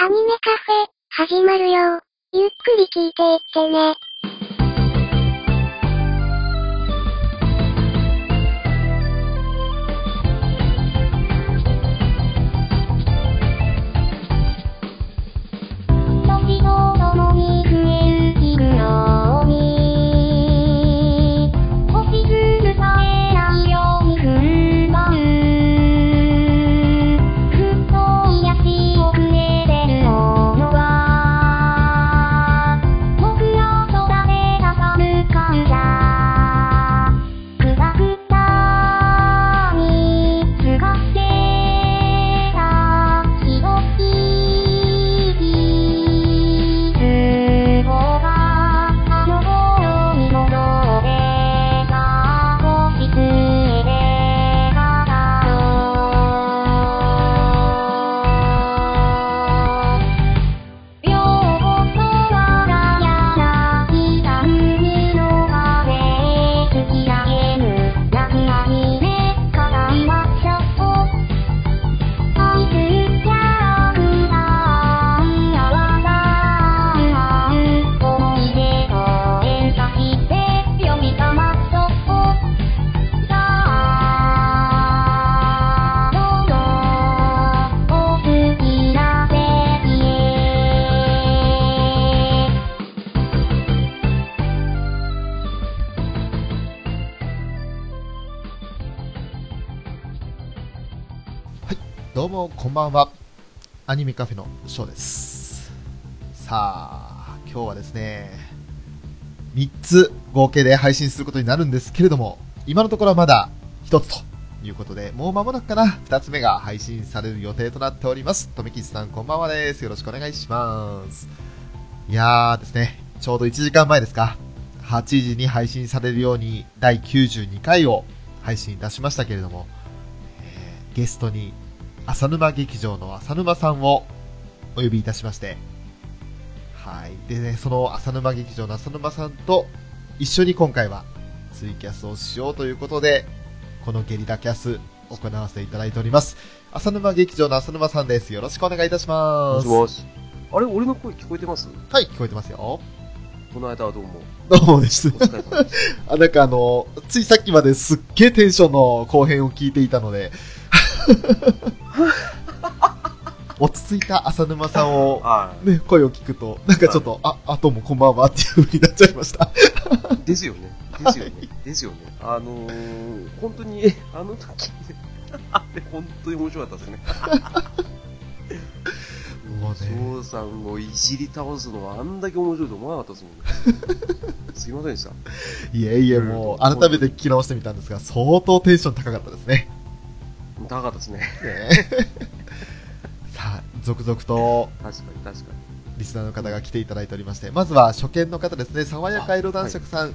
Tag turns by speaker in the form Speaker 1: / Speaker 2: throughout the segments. Speaker 1: アニメカフェ、始まるよ。ゆっくり聞いていってね。時とともに増える日のに星しずさえないように踏ん張るふっと癒し遅れてるものは僕ら空で挟む感謝くたくたにすがってたひどい傷をがあの頃に戻ってた星つえで語ろう両言はがやらきた海の風突き上げる泣きなみで語りましょう愛するキャラクターやわらかな思い出と演歌して読みかましょう「さあどうぞお好きな席へ」
Speaker 2: どうもこんばんはアニメカフェのショーですさあ今日はですね3つ合計で配信することになるんですけれども今のところはまだ1つということでもう間もなくかな2つ目が配信される予定となっております富吉さんこんばんはですよろしくお願いしますいやーですねちょうど1時間前ですか8時に配信されるように第92回を配信いたしましたけれども、えーゲストに浅沼劇場の浅沼さんをお呼びいたしまして、はい。でね、その浅沼劇場の浅沼さんと一緒に今回はツイキャスをしようということで、このゲリラキャス行わせていただいております。浅沼劇場の浅沼さんです。よろしくお願いいたしま
Speaker 3: も
Speaker 2: す。
Speaker 3: しもし。あれ、俺の声聞こえてます
Speaker 2: はい、聞こえてますよ。
Speaker 3: この間はどうも。
Speaker 2: どうもです
Speaker 3: お。疲れ様でし
Speaker 2: あなんかあの、ついさっきまですっげえテンションの後編を聞いていたの で、落ち着いた浅沼さんを
Speaker 3: た。は
Speaker 2: ね、声を聞くと、なんかちょっと、あ、あ、どうもこんばんはっていう風になっちゃいました。
Speaker 3: い。ですよね。ですよね。ですよね。あのー、本当に、あの時、 あれ、本当に面白かったですね。
Speaker 2: もうね、
Speaker 3: 翔さんをいじり倒すのはあんだけ面白いと思わなかったですもん ね。すいませんでした。
Speaker 2: いえいえ、もう、改めて聞き直してみたんですが、相当テンション高かったです ね。
Speaker 3: 高かったですね。
Speaker 2: さあ、続々と、
Speaker 3: 確かに、確かに。
Speaker 2: リスナーの方が来ていただいておりまして、まずは初見の方ですね、爽やか色男爵さん、い、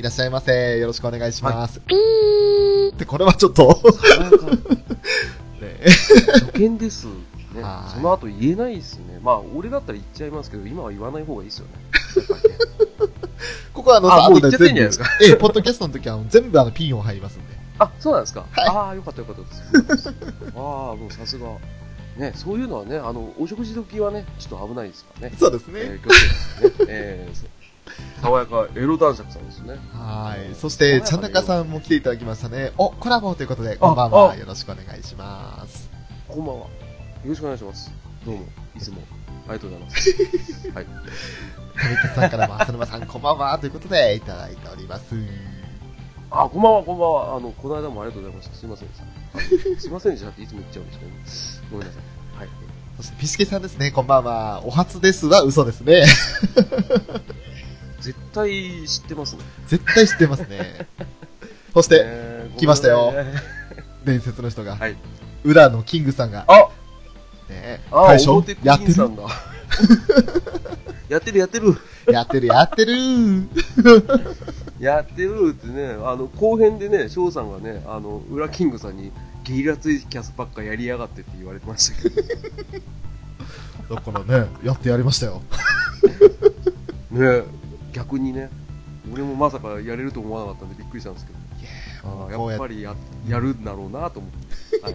Speaker 2: らっしゃいませ。よろしくお願いします。
Speaker 1: ピー
Speaker 2: で、これはちょっと、
Speaker 3: 爽やか
Speaker 2: ね
Speaker 3: 初見です。ね
Speaker 2: は、い
Speaker 3: その後言えないですね。まあ、俺だったら言っちゃいますけど、今は言わない方がいいですよね。
Speaker 2: ここはあの、
Speaker 3: あもう
Speaker 2: 後
Speaker 3: 言っちゃってんじゃないですか
Speaker 2: ええ、ポッドキャストの時はあの全部あのピンを入りますんで。
Speaker 3: あ、そうなんですか。
Speaker 2: はい
Speaker 3: ああ、よかったよかった です。ああ、もうさすが。ね、そういうのはね、あの、お食事時はね、ちょっと危ないですからね。
Speaker 2: そうですね。
Speaker 3: えー、気をつけてね。えーそう爽やかエロ男爵さんですね。
Speaker 2: はい。そして、ちゃんなかさんも来ていただきましたね。お、コラボということで、こんばん
Speaker 3: あ
Speaker 2: は。
Speaker 3: あ
Speaker 2: よろしくお願いします。
Speaker 3: こんばんは。よろしくお願いします。どうも、いつも、ありがとうございます。 はい。
Speaker 2: 富田さんからも、浅沼さん、こんばんは。ということで、いただいております。
Speaker 3: あ、こんばんは、こんばんは。あの、この間もありがとうございました。すいませんでした。すいませんでしたっていつも言っちゃうんですけど、ごめんなさい。はい。
Speaker 2: そして、ピスケさんですね。こんばんは。お初ですは嘘です ね。
Speaker 3: 絶対知ってますね。
Speaker 2: 絶対知ってますね。そして、
Speaker 3: えー
Speaker 2: 来ましたよ
Speaker 3: ごめんなさいね
Speaker 2: 伝説の人が、
Speaker 3: はい
Speaker 2: 裏のキングさんが、
Speaker 3: あ
Speaker 2: ね、
Speaker 3: あ
Speaker 2: 大
Speaker 3: ー、
Speaker 2: 将
Speaker 3: 表クイ
Speaker 2: やっ
Speaker 3: ー
Speaker 2: て
Speaker 3: ンさ
Speaker 2: る
Speaker 3: んだ。や ってるやってる
Speaker 2: やってるやってる
Speaker 3: やってるってね、あの、後編でね、翔さんがね、あの、裏キングさんにゲリラツイキャスばっかやりやがってって言われてましたけど、
Speaker 2: だからね、やってやりましたよ。
Speaker 3: ね、逆にね、俺もまさかやれると思わなかったんでびっくりしたんですけど、あーやっぱりややるんだろうなと思って、はい、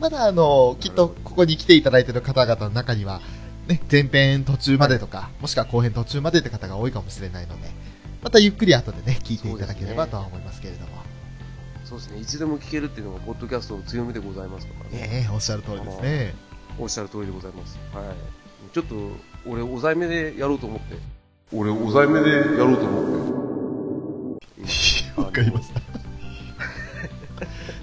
Speaker 2: まだあの、きっとここに来ていただいている方々の中には、ね、前編途中までとか、もしくは後編途中までって方が多いかもしれないので、またゆっくり後でね、聞いていただければとは思いますけれども。
Speaker 3: そうですね。いつでも聞けるっていうのが、ポッドキャストの強みでございますからね。
Speaker 2: ええおっしゃる通りですね。
Speaker 3: おっしゃる通りでございます。はい。ちょっと、俺、おざい目でやろうと思って。俺、おざい目でやろうと思って。
Speaker 2: わかりました。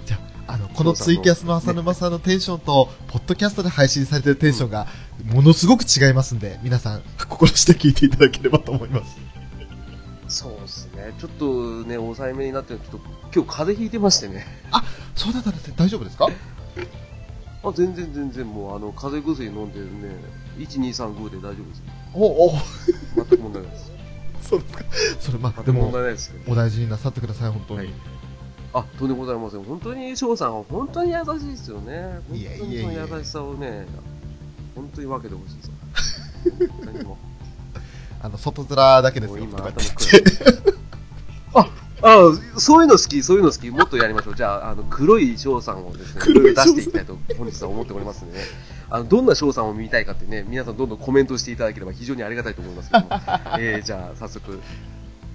Speaker 2: じゃあ、あの、このツイキャスの浅沼さんのテンションと、ポッドキャストで配信されてるテンションが、ものすごく違いますんで、皆さん、心して聞いていただければと思います。
Speaker 3: そうですね。ちょっとね、抑えめになってる、ちょっと、今日風邪ひいてましてね。
Speaker 2: そうだったんですね大丈夫ですか
Speaker 3: あ、全然全然もう、あの、風邪薬飲んでね、1、2、3、5で大丈夫です。
Speaker 2: おお、
Speaker 3: 全く問題ないです。
Speaker 2: そうですか。それ、まあ、
Speaker 3: 全
Speaker 2: で
Speaker 3: く問
Speaker 2: も、
Speaker 3: 題ないですけど。
Speaker 2: お大事になさってください、本当に。
Speaker 3: はいあ、とんでもございません。本当に翔さんは本当に優しいですよね。本
Speaker 2: いやい
Speaker 3: 当に
Speaker 2: やいや
Speaker 3: その優しさをね、本当に分けてほしいですよ。本当にも
Speaker 2: あの、外面だけ
Speaker 3: う
Speaker 2: で
Speaker 3: も
Speaker 2: す
Speaker 3: う
Speaker 2: よ、
Speaker 3: 今
Speaker 2: とか
Speaker 3: 頭
Speaker 2: 言って
Speaker 3: くるあ、あ、そういうの好き、そういうの好き。もっとやりましょう。じゃあ、あの、黒い翔さんをですね、いろ
Speaker 2: 黒
Speaker 3: い
Speaker 2: い
Speaker 3: ろ
Speaker 2: 翔
Speaker 3: 出
Speaker 2: さん
Speaker 3: していきたいと本日は思っておりますんでね。あの、どんな翔さんを見たいかってね、皆さんどんどんコメントしていただければ非常にありがたいと思いますけど も。えー、じゃあ、早速。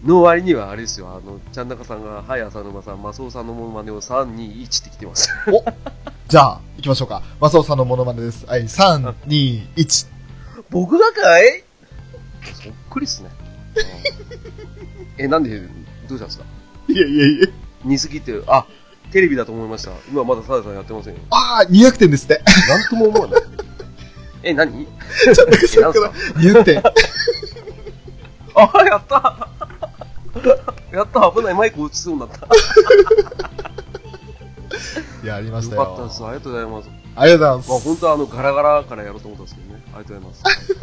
Speaker 3: の割にはあれですよ、あの、ちゃんなかさんが、はい、浅沼さん、マスオさんのモノマネを3、2、1って来てます。
Speaker 2: じゃあ、行きましょうか。マサオさんのモノマネです。はい、3、2、1。
Speaker 3: 僕がかいそっくりっすね。え、なんで、どうしたんですか
Speaker 2: いえいえいえ。
Speaker 3: 似すぎて、あ、テレビだと思いました。今まだサダさんやってませんよ。
Speaker 2: ああ、200点です ね。
Speaker 3: なんとも思わない。え、何
Speaker 2: ちょっとさ
Speaker 3: え、な
Speaker 2: っ
Speaker 3: んす
Speaker 2: きから
Speaker 3: か
Speaker 2: 200点。
Speaker 3: あ、やったやった危ない、マイク落ちそうになった。
Speaker 2: いや、ありました
Speaker 3: よ
Speaker 2: よ。
Speaker 3: かったです。ありがとうございます。
Speaker 2: ありがとう
Speaker 3: まあ、
Speaker 2: ござい
Speaker 3: 本
Speaker 2: ま
Speaker 3: 当はあの、ガラガラからやろうと思ったんですけどね。ありがとうございます。
Speaker 2: す。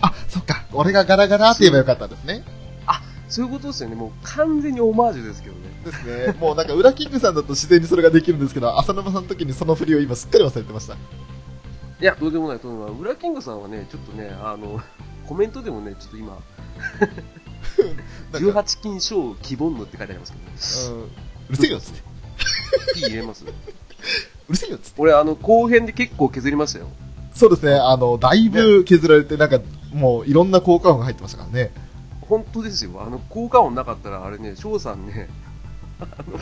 Speaker 2: あ、そっか。俺がガラガラって言えばよかったですね。
Speaker 3: そういうことですよね。もう完全にオマージュですけどね。
Speaker 2: ですね。もうなんか、裏キングさんだと自然にそれができるんですけど、浅沼さんの時にその振りを今すっかり忘れてました。
Speaker 3: いや、どうでもない、どうでもない。ウラキングさんはね、ちょっとね、あの、コメントでもね、ちょっと今、
Speaker 2: なんか
Speaker 3: 18金賞希望のって書いてありますけ
Speaker 2: うんうるせえよっつって。
Speaker 3: ど、P 入れま
Speaker 2: う
Speaker 3: す
Speaker 2: るせえよっつって。
Speaker 3: 俺、あの、後編で結構削りましたよ。
Speaker 2: そうですね。あの、だいぶ削られて、なんか、もういろんな効果音が入ってましたからね。
Speaker 3: 本当ですよ。あの、効果音なかったら、あれね、翔さんね、あの、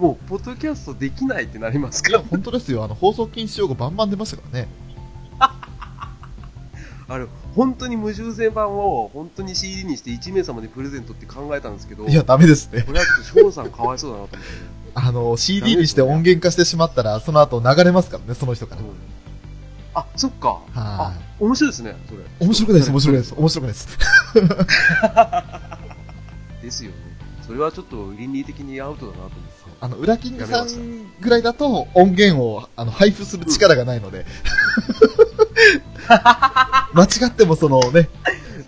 Speaker 3: もう、ポッドキャストできないってなります
Speaker 2: い
Speaker 3: か
Speaker 2: や、
Speaker 3: ら。
Speaker 2: 本当ですよ。あの、放送禁止用語バンバン出ましたからね。
Speaker 3: あれ、本当に無修正版を、本当に CD にして1名様にプレゼントって考えたんですけど、
Speaker 2: いや、ダメですね。
Speaker 3: これはちょっと翔さんかわいそうだなと思って。
Speaker 2: あの、CD にして音源化してしまったら、その後流れますからね、その人から。
Speaker 3: あ、そっか。あ、面白いですね、それ。
Speaker 2: 面白くないです、面白くない です、面白くないです。
Speaker 3: ですよね。それはちょっと倫理的にアウトだなと思って。
Speaker 2: あの、裏キングさ
Speaker 3: やめま
Speaker 2: んぐらいだと、音源をあの配布する力がないの で。間違ってもそのね、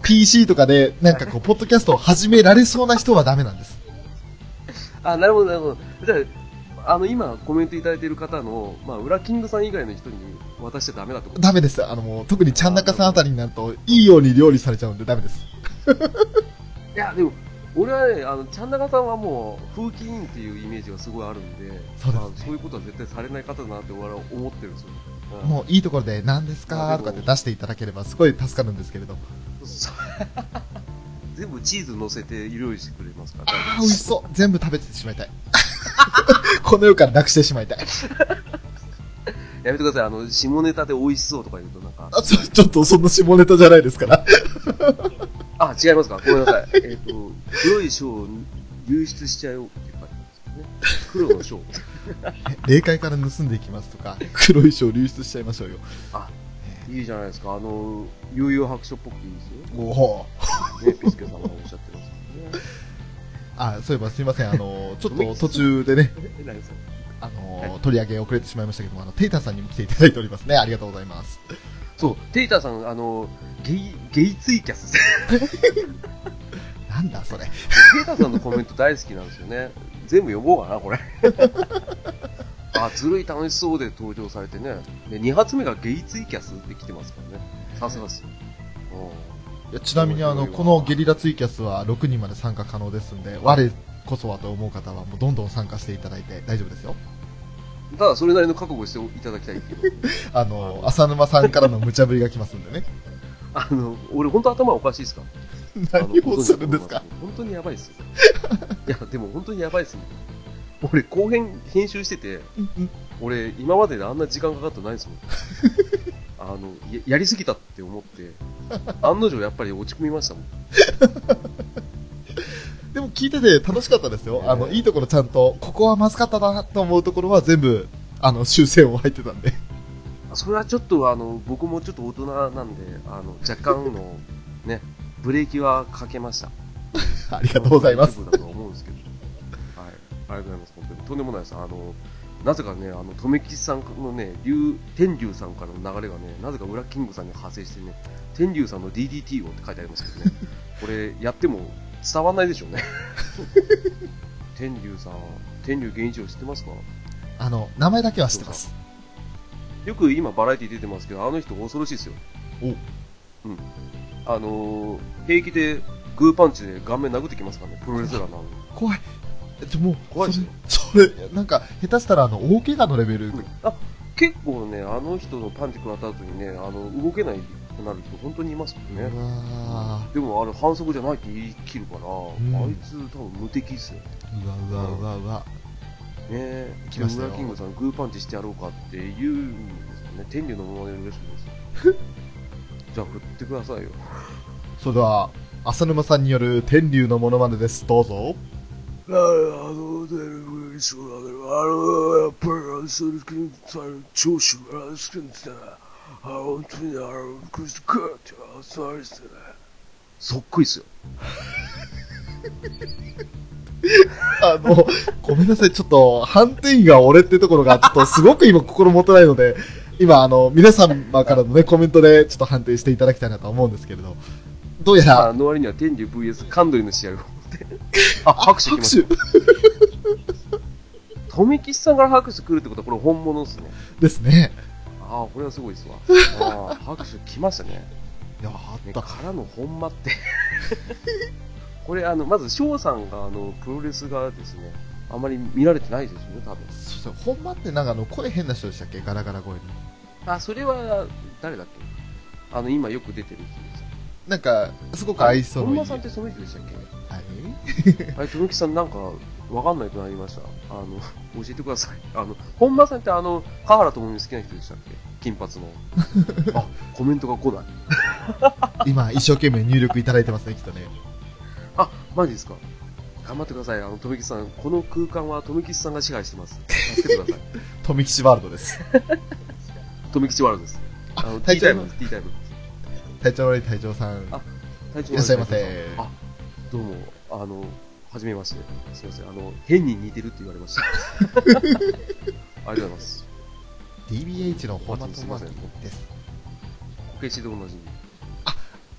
Speaker 2: PC とかで、なんかこう、ポッドキャストを始められそうな人はダメなんです。
Speaker 3: あ、なるほど、なるほど。じゃあ、あの、今コメントいただいている方の、まあ、裏キングさん以外の人に渡しちゃダメだってこと
Speaker 2: ダメです。あの、もう、特にちゃん中さんあたりになると、いいように料理されちゃうんでダメです。
Speaker 3: いや、でも、俺はね、あの、ちゃんなかさんはもう、風紀委員っていうイメージがすごいあるんで、
Speaker 2: そうですね
Speaker 3: まあそういうことは絶対されない方だなって俺は思ってるんですよ。うん
Speaker 2: もう、いいところで、何ですかとかって出していただければ、すごい助かるんですけれど。
Speaker 3: そう 全部チーズ乗せて料理してくれますから。
Speaker 2: ああ、美味しそう。全部食べてしまいたい。 この世からなくしてしまいたい。
Speaker 3: やめてください。あの、下ネタで美味しそうとか言うとなんか、
Speaker 2: あちょちょっとそんな下ネタじゃないですから。
Speaker 3: あ、違いますかごめんな さい。えっ、と、黒い章を流出しちゃうって書いてあるんですよね。黒の章。
Speaker 2: 霊界から盗んでいきますとか、黒い衣装流出しちゃいましょうよ。
Speaker 3: いいじゃないですか。あの、悠々白書っぽくていいです
Speaker 2: おお。
Speaker 3: よ。ね、ピスケさんがおっしゃってます
Speaker 2: あ、そういえばすいません。あ の、ちょっと途中でね、
Speaker 3: けどね。え 何ですか
Speaker 2: あの、取り上げ遅れてしまいましたけども、あの、テイタさんにも来ていただいておりますね。ありがとうございます。
Speaker 3: そう、テイターさん、あの、ゲイ、ゲイツイキャス。テ
Speaker 2: なんだそれ。
Speaker 3: イターさんのコメント大好きなんですよね。全部読もうかな、これ。 あ、ずるい楽しそうで登場されてね。で、2発目がゲイツイキャスって来てますからね。さすがっすよ。うん
Speaker 2: いやちなみにあの、このゲリラツイキャスは6人まで参加可能ですんで、我こそはと思う方はもうどんどん参加していただいて大丈夫ですよ。
Speaker 3: ただそれなりの覚悟をしていただきたいっていう
Speaker 2: あの、浅沼さんからの無茶ぶりが来ますんでね。
Speaker 3: あの俺本当頭おかしいですかあの
Speaker 2: 何をするんですか
Speaker 3: 本当にやばいですよいやでも本当にやばいですもん俺後編編集してて俺今までであんな時間かかってないですもんあのややりすぎたって思って案の定やっぱり落ち込みましたもん
Speaker 2: でも聞いてて楽しかったですよ。あの、いいところちゃんと、ここはまずかったなと思うところは全部、あの、修正を入ってたんで。
Speaker 3: それはちょっとあの僕もちょっと大人なんであの若干のねブレーキはかけました
Speaker 2: ありがとうございます
Speaker 3: 大。丈夫だと思うんですけど、はい、ありがとうございます本当にとんでもないですあのなぜかねあの留吉さんのね龍天龍さんからの流れがねなぜか裏キングさんに派生してね天龍さんの DDT をって書いてありますけどねこれやっても伝わんないでしょうね天龍さん天龍源一郎知ってますか
Speaker 2: あの、名前だけは知ってます。
Speaker 3: よく今バラエティ出てますけど、あの人恐ろしいですよ。
Speaker 2: お
Speaker 3: うん。あのー平気でグーパンチで顔面殴ってきますからね、プロレスラーなのに。
Speaker 2: 怖い。えっと、もう、
Speaker 3: 怖いですよ
Speaker 2: それ、それ、なんか、下手したら、あの、大怪我のレベル、
Speaker 3: あ、結構ね、あの人のパンチ食らった後にね、あの、動けないくなる人本当にいますもんね
Speaker 2: う。わ
Speaker 3: でもあれ反則じゃないって言い切るから、
Speaker 2: ん
Speaker 3: あいつ多分無敵っすよ。ね
Speaker 2: ーうわうわうわうわ。
Speaker 3: え。
Speaker 2: 来
Speaker 3: 木
Speaker 2: ましたよ
Speaker 3: 村キングさんグーパンチしてやろうかって言うんですよね。天竜のもので嬉しいですよ。 じゃあ振ってくださいよ。
Speaker 2: それでは、浅沼さんによる天竜のモノマネです。どうぞ。
Speaker 3: あの、で、一緒だけど、あの、やっぱり、それ、さ、調子が好きで、あ、本当に、あの、クスクって、あ、そうですね。そっくりっすよ。
Speaker 2: あの、ごめんなさい、ちょっと、判定員が俺ってところが、ちょっとすごく今心もとないので、今、あの、皆様からのね、コメントでちょっと判定していただきたいなと思うんですけれど、どうや
Speaker 3: あ
Speaker 2: ら、
Speaker 3: の割には、天竜 VS カンドリの試合を。あ、拍手来ま
Speaker 2: 拍
Speaker 3: し
Speaker 2: 手
Speaker 3: た。富吉さんから拍手来るってことは、これ本物っすね。
Speaker 2: ですね。
Speaker 3: ああ、これはすごいっすわ。ああ、拍手来ましたね。
Speaker 2: いや、あ
Speaker 3: ね、
Speaker 2: っ
Speaker 3: か
Speaker 2: た。
Speaker 3: らの本間って。これ、あの、まず、翔さんが、あの、プロレスがですね、あまり見られてないですよね、多分。
Speaker 2: そうそう、本間ってなんかあの、声変な人でしたっけガラガラ声に。
Speaker 3: あ、それは、誰だっけあの、今よく出てる人です。
Speaker 2: なんか、すごく愛想のいい。
Speaker 3: 本間さんっ
Speaker 2: は
Speaker 3: てその人でしたっけ
Speaker 2: い
Speaker 3: あれ、とろきさんなんか、わかんないとなりました。あの、教えてください。あの、本間さんってあの、河原智美好きな人でしたっけ金髪 の。あ、コメントが来ない。
Speaker 2: 今、一生懸命入力いただいてますね、きっとね。
Speaker 3: あ、マジですか頑張ってください。あの、とめきさん、この空間はとめきさんが支配してます。助けてください。
Speaker 2: 富吉ワールドです。
Speaker 3: とめきちワールドです。あの、ティ
Speaker 2: 体調
Speaker 3: ータイムです、ティータイム。
Speaker 2: 隊長 悪い隊長さん。
Speaker 3: あ体調
Speaker 2: いらっしゃいませ
Speaker 3: あ、どうも、あの、はじめまして。すいません。あの、変に似てるって言わ れました。ありがとうございます。
Speaker 2: DBH の本間
Speaker 3: すいま
Speaker 2: 智
Speaker 3: せん
Speaker 2: 明です。
Speaker 3: 保健師でおなじみ。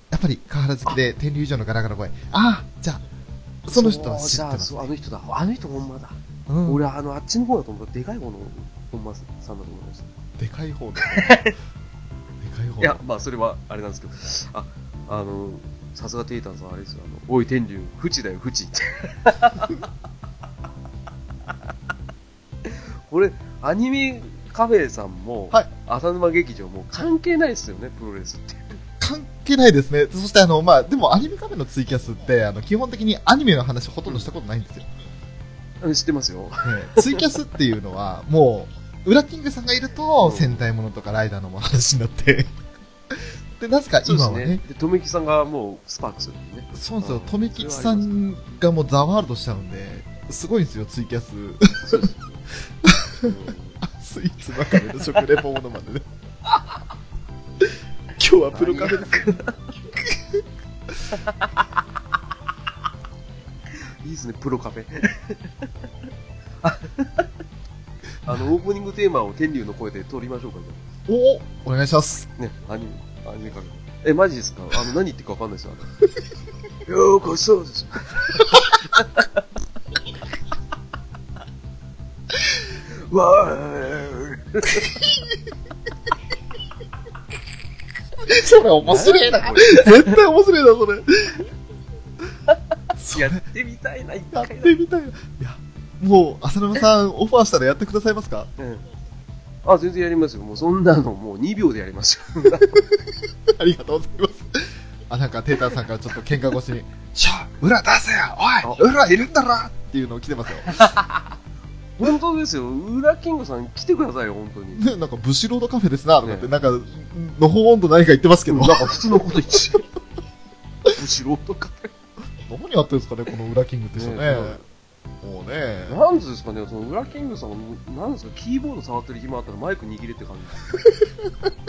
Speaker 2: やっぱり、河原好きで、天竜以上のガラガラ声。ああ、じゃあ、その人は知って
Speaker 3: そうじゃ
Speaker 2: ま
Speaker 3: あ
Speaker 2: す
Speaker 3: そう。あの人だ。あの人ほんまだ。
Speaker 2: うん
Speaker 3: 俺、あの、あっちの方だと思った。でかい方のほんまさんだと思いました。
Speaker 2: でかい方 だ。でかい方
Speaker 3: いや、まあ、それはあれなんですけど。あ、あの、さすがテイタンさん、あれですよ。あの、おい、天竜、フチだよ、フ チって。これ、アニメカフェさんも、
Speaker 2: はい
Speaker 3: 浅沼劇場も関係ないですよね、プロレスって。
Speaker 2: 関係ないですね。そして、あの、まあ、でもアニメカフェのツイキャスって、あの、基本的にアニメの話ほとんどしたことないんですよ。
Speaker 3: うん知ってますよ。
Speaker 2: ねツイキャスっていうのは、もう、ウラキングさんがいると、
Speaker 3: うん
Speaker 2: 戦隊ものとかライダーのもの話になって。で、なぜか
Speaker 3: そう
Speaker 2: 今
Speaker 3: です
Speaker 2: は
Speaker 3: ね
Speaker 2: ね、。
Speaker 3: で、とめきさんがもう、スパークするんでね。
Speaker 2: そうなんですよ、
Speaker 3: うん
Speaker 2: 留吉さんがもうザワールドしちゃうんで、すごいんですよ、ツイキャス。
Speaker 3: そうです。うん
Speaker 2: スイーツばかりの食レポものまでね。 今日はプロカフェです。
Speaker 3: いいですね、プロカフェ。 あの、オープニングテーマを天竜の声で取りましょうか、じゃ
Speaker 2: おおお願いします。
Speaker 3: あね、アニメ、アニメカフェ。え、マジですかあの、何言ってるかわかんないですよ、あれようこそ です。わーい。
Speaker 2: それ面白いな。
Speaker 3: これ
Speaker 2: 絶対面白いな、それ。それ
Speaker 3: やってみたいな、一
Speaker 2: や
Speaker 3: 回
Speaker 2: っ
Speaker 3: だけ
Speaker 2: てみたいな。いや、もう、浅沼さん、オファーしたらやってくださいますか
Speaker 3: うんあ、全然やりますよ。もうそんなのもう2秒でやりますよ。
Speaker 2: ありがとうございます。あ、なんか、テーターさんからちょっと喧嘩腰に、ちょ、裏出せよおい裏いるんだろっていうの来てますよ。
Speaker 3: 本当ですよ。裏キングさん来てくださいよ、本当に。
Speaker 2: ね、 なんか、ブシロードカフェですな、とかって、
Speaker 3: ね
Speaker 2: なんか、のほほんと何か言ってますけど、
Speaker 3: なんか普通のこと言っちゃう。素人か。
Speaker 2: 何やってるんですかね、この裏キングって人ね。
Speaker 3: ね
Speaker 2: もうね、
Speaker 3: なんですかね、その裏キングさんの、なんですか、キーボード触ってる暇あったらマイク握れって感じ。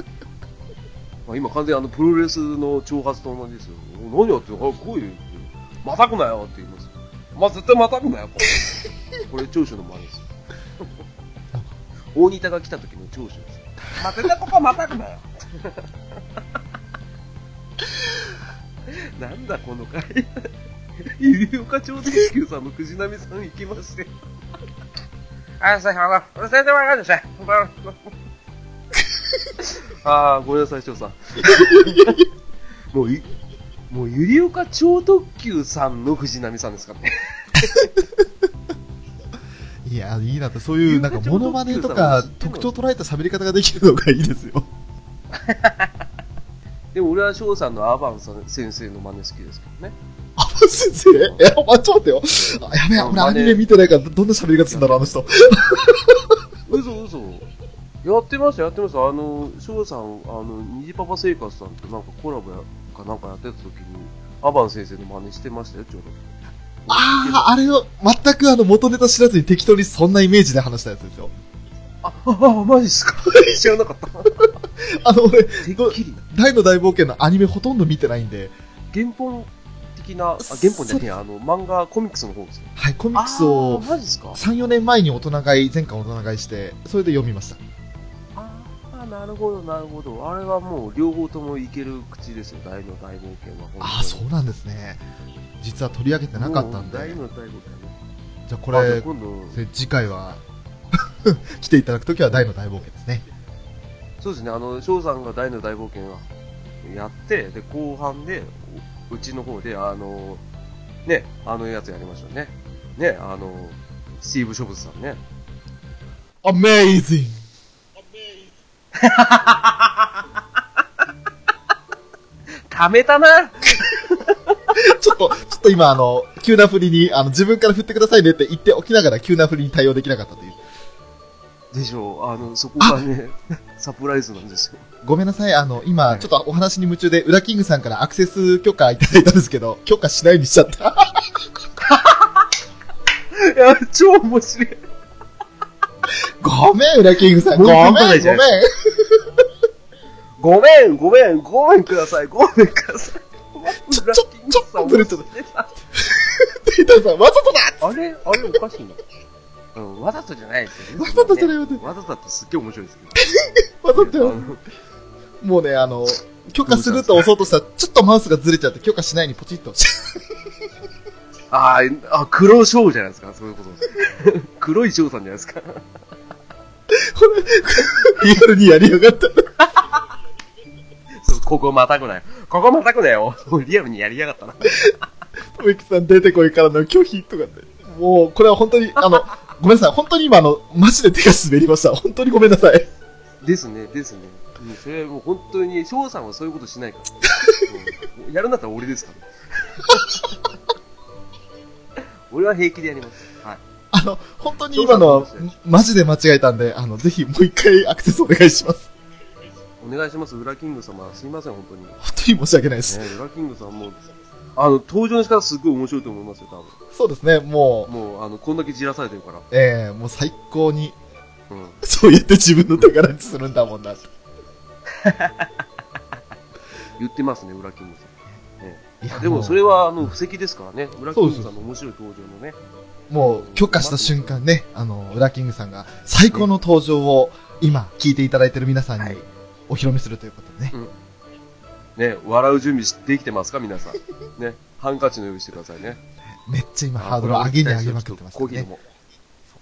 Speaker 3: まあ今完全にあのプロレスの挑発と同じですよ。お何やってる早く来いよって。またくなよって言います。まあ絶対またくなよ、こ れ。これ長所の前ですよ。大仁田が来た時の長所ですよ。まあ絶対ここはまたくなよ。 なんだこの 回。ゆ岡町電球さんの藤波さん行きまして。あ、さあ、あの、全然わかんないし。 ああ、ごめんなさい、翔さん。もう、いもう、ゆりおか超特急さんの藤波さんですからね。
Speaker 2: いや、いいなって、そういう、なんか、
Speaker 3: 友達
Speaker 2: モノマネとか
Speaker 3: の、
Speaker 2: 特徴捉えた喋り方ができるのがいいですよ。
Speaker 3: でも俺は翔さんのアバンさん先生の真似好きですけどね。
Speaker 2: あ、先生いや、まあ、ちょっと待ってよ。あやべえ、俺アニメ見てないから、どんな喋り方するんだろう、あの人。
Speaker 3: 嘘嘘。やってました、やってました。あの、翔さん、あの、虹パパ生活さんとなんかコラボやかなんかやってた時に、アバン先生の真似してましたよ、ちょうど。
Speaker 2: ああ、あれを、全くあの、元ネタ知らずに適当にそんなイメージで話したやつですよ。
Speaker 3: あ、あ、マジっすか 知らなかった。
Speaker 2: あの、俺、
Speaker 3: てっきりな。
Speaker 2: 大の大冒険のアニメほとんど見てないんで、
Speaker 3: 原本的な、あ、原本じゃねえや、あの、漫画、コミックスの方ですね。
Speaker 2: はい、コミックスを
Speaker 3: あーマジっすか
Speaker 2: 3、4年前に大人買い、前回大人買いして、それで読みました。
Speaker 3: ああ、なるほど、なるほど。あれはもう、両方ともいける口ですよ、大の大冒険は。
Speaker 2: ああ、そうなんですね。実は取り上げてなかったん
Speaker 3: もう
Speaker 2: で
Speaker 3: 大、の大冒険ね。
Speaker 2: じゃあこ
Speaker 3: こ
Speaker 2: れ、
Speaker 3: 今度、
Speaker 2: 次回は、 来ていただくときは大の大冒険ですね。
Speaker 3: そうですね、あの、翔さんが大の大冒険をやって、で、後半で、ううちの方で、あの、ね、あのやつやりましたよね。ね、あの、スティーブ・ショブズさんね。
Speaker 2: Amazing!
Speaker 3: ためたな
Speaker 2: ちょっと、ちょっと今あの、急な振りに、あの、自分から振ってくださいねって言っておきながら急な振りに対応できなかったという。
Speaker 3: でしょう、あの、そこがね、サプライズなんですよ。
Speaker 2: ごめんなさい、あの、今、
Speaker 3: はい
Speaker 2: ちょっとお話に夢中で、ウラキングさんからアクセス許可いただいたんですけど、許可しないにしちゃった。
Speaker 3: いや、超面白い。
Speaker 2: ごめん、ウラキングさん。ご
Speaker 3: ご
Speaker 2: め
Speaker 3: め
Speaker 2: ん、
Speaker 3: ん
Speaker 2: ごめん。
Speaker 3: ごめん、ごめん、ごめんください、ごめんください。
Speaker 2: ちょちょちょっとブレちゃっ
Speaker 3: あ
Speaker 2: テイタンさん、わざとだ
Speaker 3: れ、あれおかしいな。うん、わざとじゃないですよね。
Speaker 2: わざとじゃないわ
Speaker 3: わ
Speaker 2: ざと
Speaker 3: わざとだとすっげえ面白いです
Speaker 2: わざ
Speaker 3: けど。あ
Speaker 2: と
Speaker 3: の
Speaker 2: もうね、あの、許可すると押そうとしたら、ちょっとマウスがずれちゃって、許可しないにポチッと。
Speaker 3: あーあ、黒章じゃないですか、そういうこと。黒い章さんじゃないですか。
Speaker 2: リアルにやりやがった。
Speaker 3: そうここまたくなよ。ここまたくなよ。リアルにやりやがったな。
Speaker 2: トミキさん出てこいからの拒否とかって。もう、これは本当に、 あの、ごめんなさい。本当に今、あの、マジで手が滑りました。本当にごめんなさい。
Speaker 3: ですね、ですね。うんそれはもう本当に、翔さんはそういうことしないから。うんやるんだったら俺ですから。 俺は平気でやります。はい。
Speaker 2: あの、本当に今のは、マジで間違えたんで、あの、ぜひもう一回アクセスお願いします。
Speaker 3: お願いします、裏キング様。すいません、本当に。ね、
Speaker 2: 本当に申し訳ないです。
Speaker 3: 裏キングさんも、あの、登場の仕方すごい面白いと思いますよ、多
Speaker 2: そうですね、も
Speaker 3: 分。もう、あの、こんだけじらされてるから。
Speaker 2: う、ええもう最高に、
Speaker 3: うん。
Speaker 2: そうやって自分の宝にするんだもんな。
Speaker 3: 言ってますね、裏キングさん。
Speaker 2: いや
Speaker 3: でもそれはあの布石ですからね、裏キングさんの面白い登場のね、
Speaker 2: もう許可した瞬間ね、あの、ウラキングさんが最高の登場を今聞いていただいてる皆さん
Speaker 3: は
Speaker 2: に
Speaker 3: い
Speaker 2: お披露目するということでね。
Speaker 3: ね笑う準備できてますか、皆さん、ね、ハンカチの用意してくださいね、
Speaker 2: めっちゃ今ハードルを上げに上げまくってまし
Speaker 3: コ
Speaker 2: た
Speaker 3: ーヒー
Speaker 2: ね。
Speaker 3: も。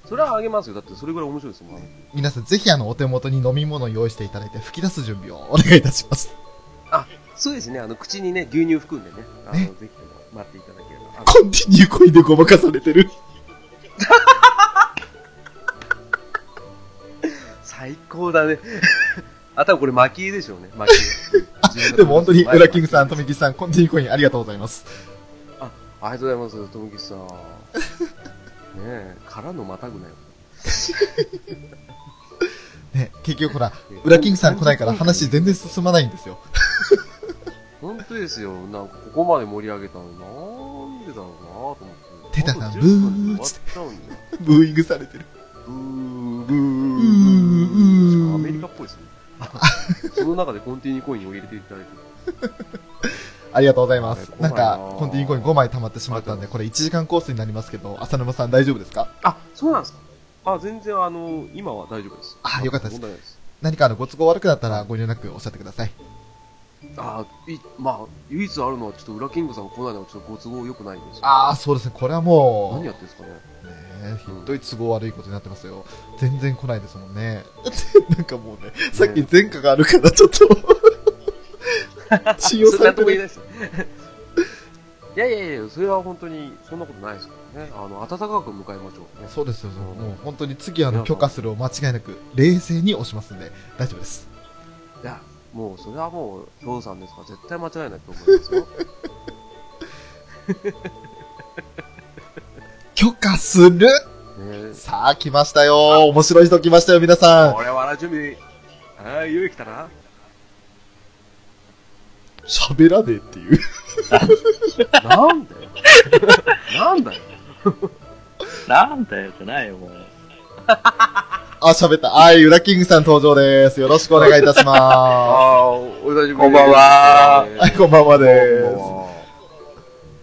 Speaker 3: それはあげますよ、だってそれぐらい面白いですもん、
Speaker 2: 皆さんぜひあのお手元に飲み物を用意していただいて吹き出す準備をお願いいたし ます。
Speaker 3: そうですね、あの口にね、牛乳含んでね、あの
Speaker 2: ね
Speaker 3: ぜひとも待っていただければ。あの
Speaker 2: コンティニューコインでごまかされてる。
Speaker 3: 最高だね。 あ、多分これ蒔絵でしょうね、 蒔絵。
Speaker 2: でも本当に、ウラキングさん、
Speaker 3: と
Speaker 2: 富木さん、コンティニーコインありがとうございます。
Speaker 3: ありがとうございます、ともきさん。ねえ、からのまたぐなよ。
Speaker 2: ね、結局ほら、ウラキングさん来ないから話全然進まないんですよ。
Speaker 3: 本当ですよ。なんかここまで盛り上げたのになんでだろうなと思って。
Speaker 2: 出たな
Speaker 3: あと10分
Speaker 2: ブ
Speaker 3: で
Speaker 2: ー
Speaker 3: 終わっちゃうんだよ。
Speaker 2: ブーイングされてる。
Speaker 3: ブー、ブー、ブー。アメリカっぽいですね。その中でコンティニーコインを入れていただいて。
Speaker 2: ありがとうございます
Speaker 3: あ
Speaker 2: な
Speaker 3: れ。
Speaker 2: んか
Speaker 3: 怖いな、
Speaker 2: コンティニーコイン5枚溜まってしまったんで、これ1時間コースになりますけど、浅沼さん大丈夫ですか
Speaker 3: あ、そうなんですかあ、全然あの、今は大丈夫です。
Speaker 2: あよかったです
Speaker 3: 問題ないです。
Speaker 2: 何かあの、ご都合悪くなったらご連絡おっしゃってください。
Speaker 3: あ、い、まあ、唯一あるのはちょっと裏キングさん来ないのはちょっとご都合良くないです。
Speaker 2: ああ、そうですね。これは
Speaker 3: 何
Speaker 2: も
Speaker 3: やってんですかね。
Speaker 2: う、ね、ひどい都合悪いことになってますよ。全然来ないですもんね。 なんかもうね、さっき前科があるから、ちょっ と、信用
Speaker 3: それ
Speaker 2: さ
Speaker 3: な
Speaker 2: れ
Speaker 3: んと
Speaker 2: て
Speaker 3: も言えな
Speaker 2: る。
Speaker 3: いです。いやいやいや、それは本当に、そんなことないですからね。あの、温かく迎えましょうね。
Speaker 2: そうですよ、もう本当に次あの許可するを間違いなく冷静に押しますんで大丈夫です。
Speaker 3: いや、もう、それはもう、翔さんですから、絶対間違いないと思いますよ。
Speaker 2: 許可する
Speaker 3: ね
Speaker 2: さあ来ましたよ面白い人来ましたよ皆さ
Speaker 3: これはな、準備、ああ、ゆうきたな。
Speaker 2: ん喋らねえっていう。
Speaker 3: なんだよ。なんだよ。
Speaker 4: なんだよじゃないよ、もう。
Speaker 2: あ、喋った。はい、ウラキングさん登場です。よろしくお願いいたし
Speaker 3: あ
Speaker 2: ま
Speaker 3: あ、お久しぶりです
Speaker 4: こんばんは
Speaker 2: す。はい、こんばんはで
Speaker 3: こんばん
Speaker 2: す。
Speaker 3: は。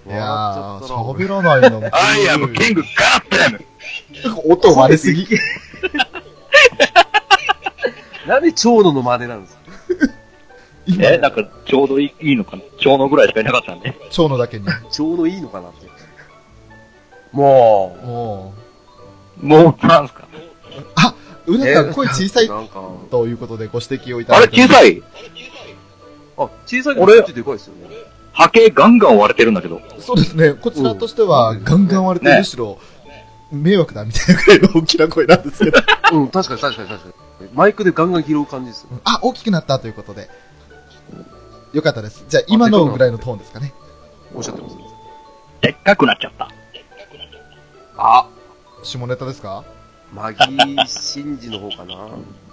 Speaker 2: いやー、
Speaker 3: 喋
Speaker 2: 喋らないのも。
Speaker 4: アイアムキングガッテム
Speaker 2: 音割れす ぎ。
Speaker 3: なんで長野の真似なんですか
Speaker 2: 今、
Speaker 4: え、なんか、ちょうどいいいいのかなちょうどぐらいしかいなかったんで。
Speaker 2: 蝶野だけに。
Speaker 3: 長野いいのかなって。も
Speaker 2: も
Speaker 4: もう、なんすか
Speaker 2: う、ウ
Speaker 3: う。
Speaker 2: ラさん声小さい
Speaker 3: なんか、
Speaker 2: ということでご指摘をいた
Speaker 4: あ
Speaker 2: だ
Speaker 4: れ
Speaker 2: いて。
Speaker 4: 小さい
Speaker 3: あ、小さいけどこっちでかいですよね。
Speaker 4: 波形ガンガン割れてるんだけど。
Speaker 2: そうですね、こちらとしては、
Speaker 3: うん
Speaker 2: ガンガン割れて、
Speaker 4: ね
Speaker 2: むしろ、迷惑だみたいなくらいの大きな声なんですけど。
Speaker 3: うん、確かに確かに確かに。マイクでガンガン拾う感じですよ。
Speaker 2: あ、大きくなったということで。よかったです。じゃあ、今のぐらいのトーンですかね。
Speaker 3: おっしゃってます。
Speaker 4: でっかくなっちゃった。
Speaker 3: あ、
Speaker 2: 下ネタですか
Speaker 3: マギー・シンジの方かな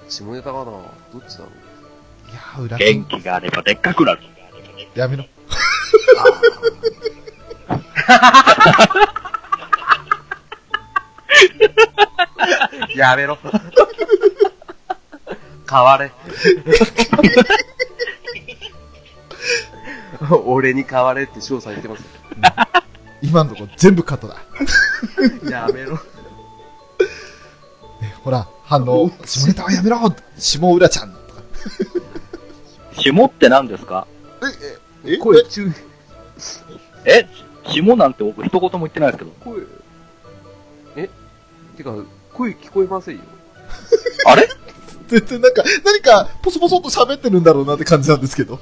Speaker 3: 下ネタかなどっちだろう
Speaker 2: いやー、裏切り
Speaker 4: 元気があればでっかくなる。
Speaker 2: やめろ。
Speaker 3: やめろ。変われ。俺に変われって翔さん言ってます。
Speaker 2: 今のとこ全部カットだ。
Speaker 3: やめろ。
Speaker 2: えほら、反応、下ネタはやめろ下浦ちゃんとか。
Speaker 4: 霜って何ですか
Speaker 2: え、え、
Speaker 3: 声中、
Speaker 4: え霜なんて僕一言も言ってないですけど。
Speaker 3: 声。えてか、声聞こえませんよ。
Speaker 4: あれ
Speaker 2: 全然なんか、何か、ポソポソっと喋ってるんだろうなって感じなんですけど。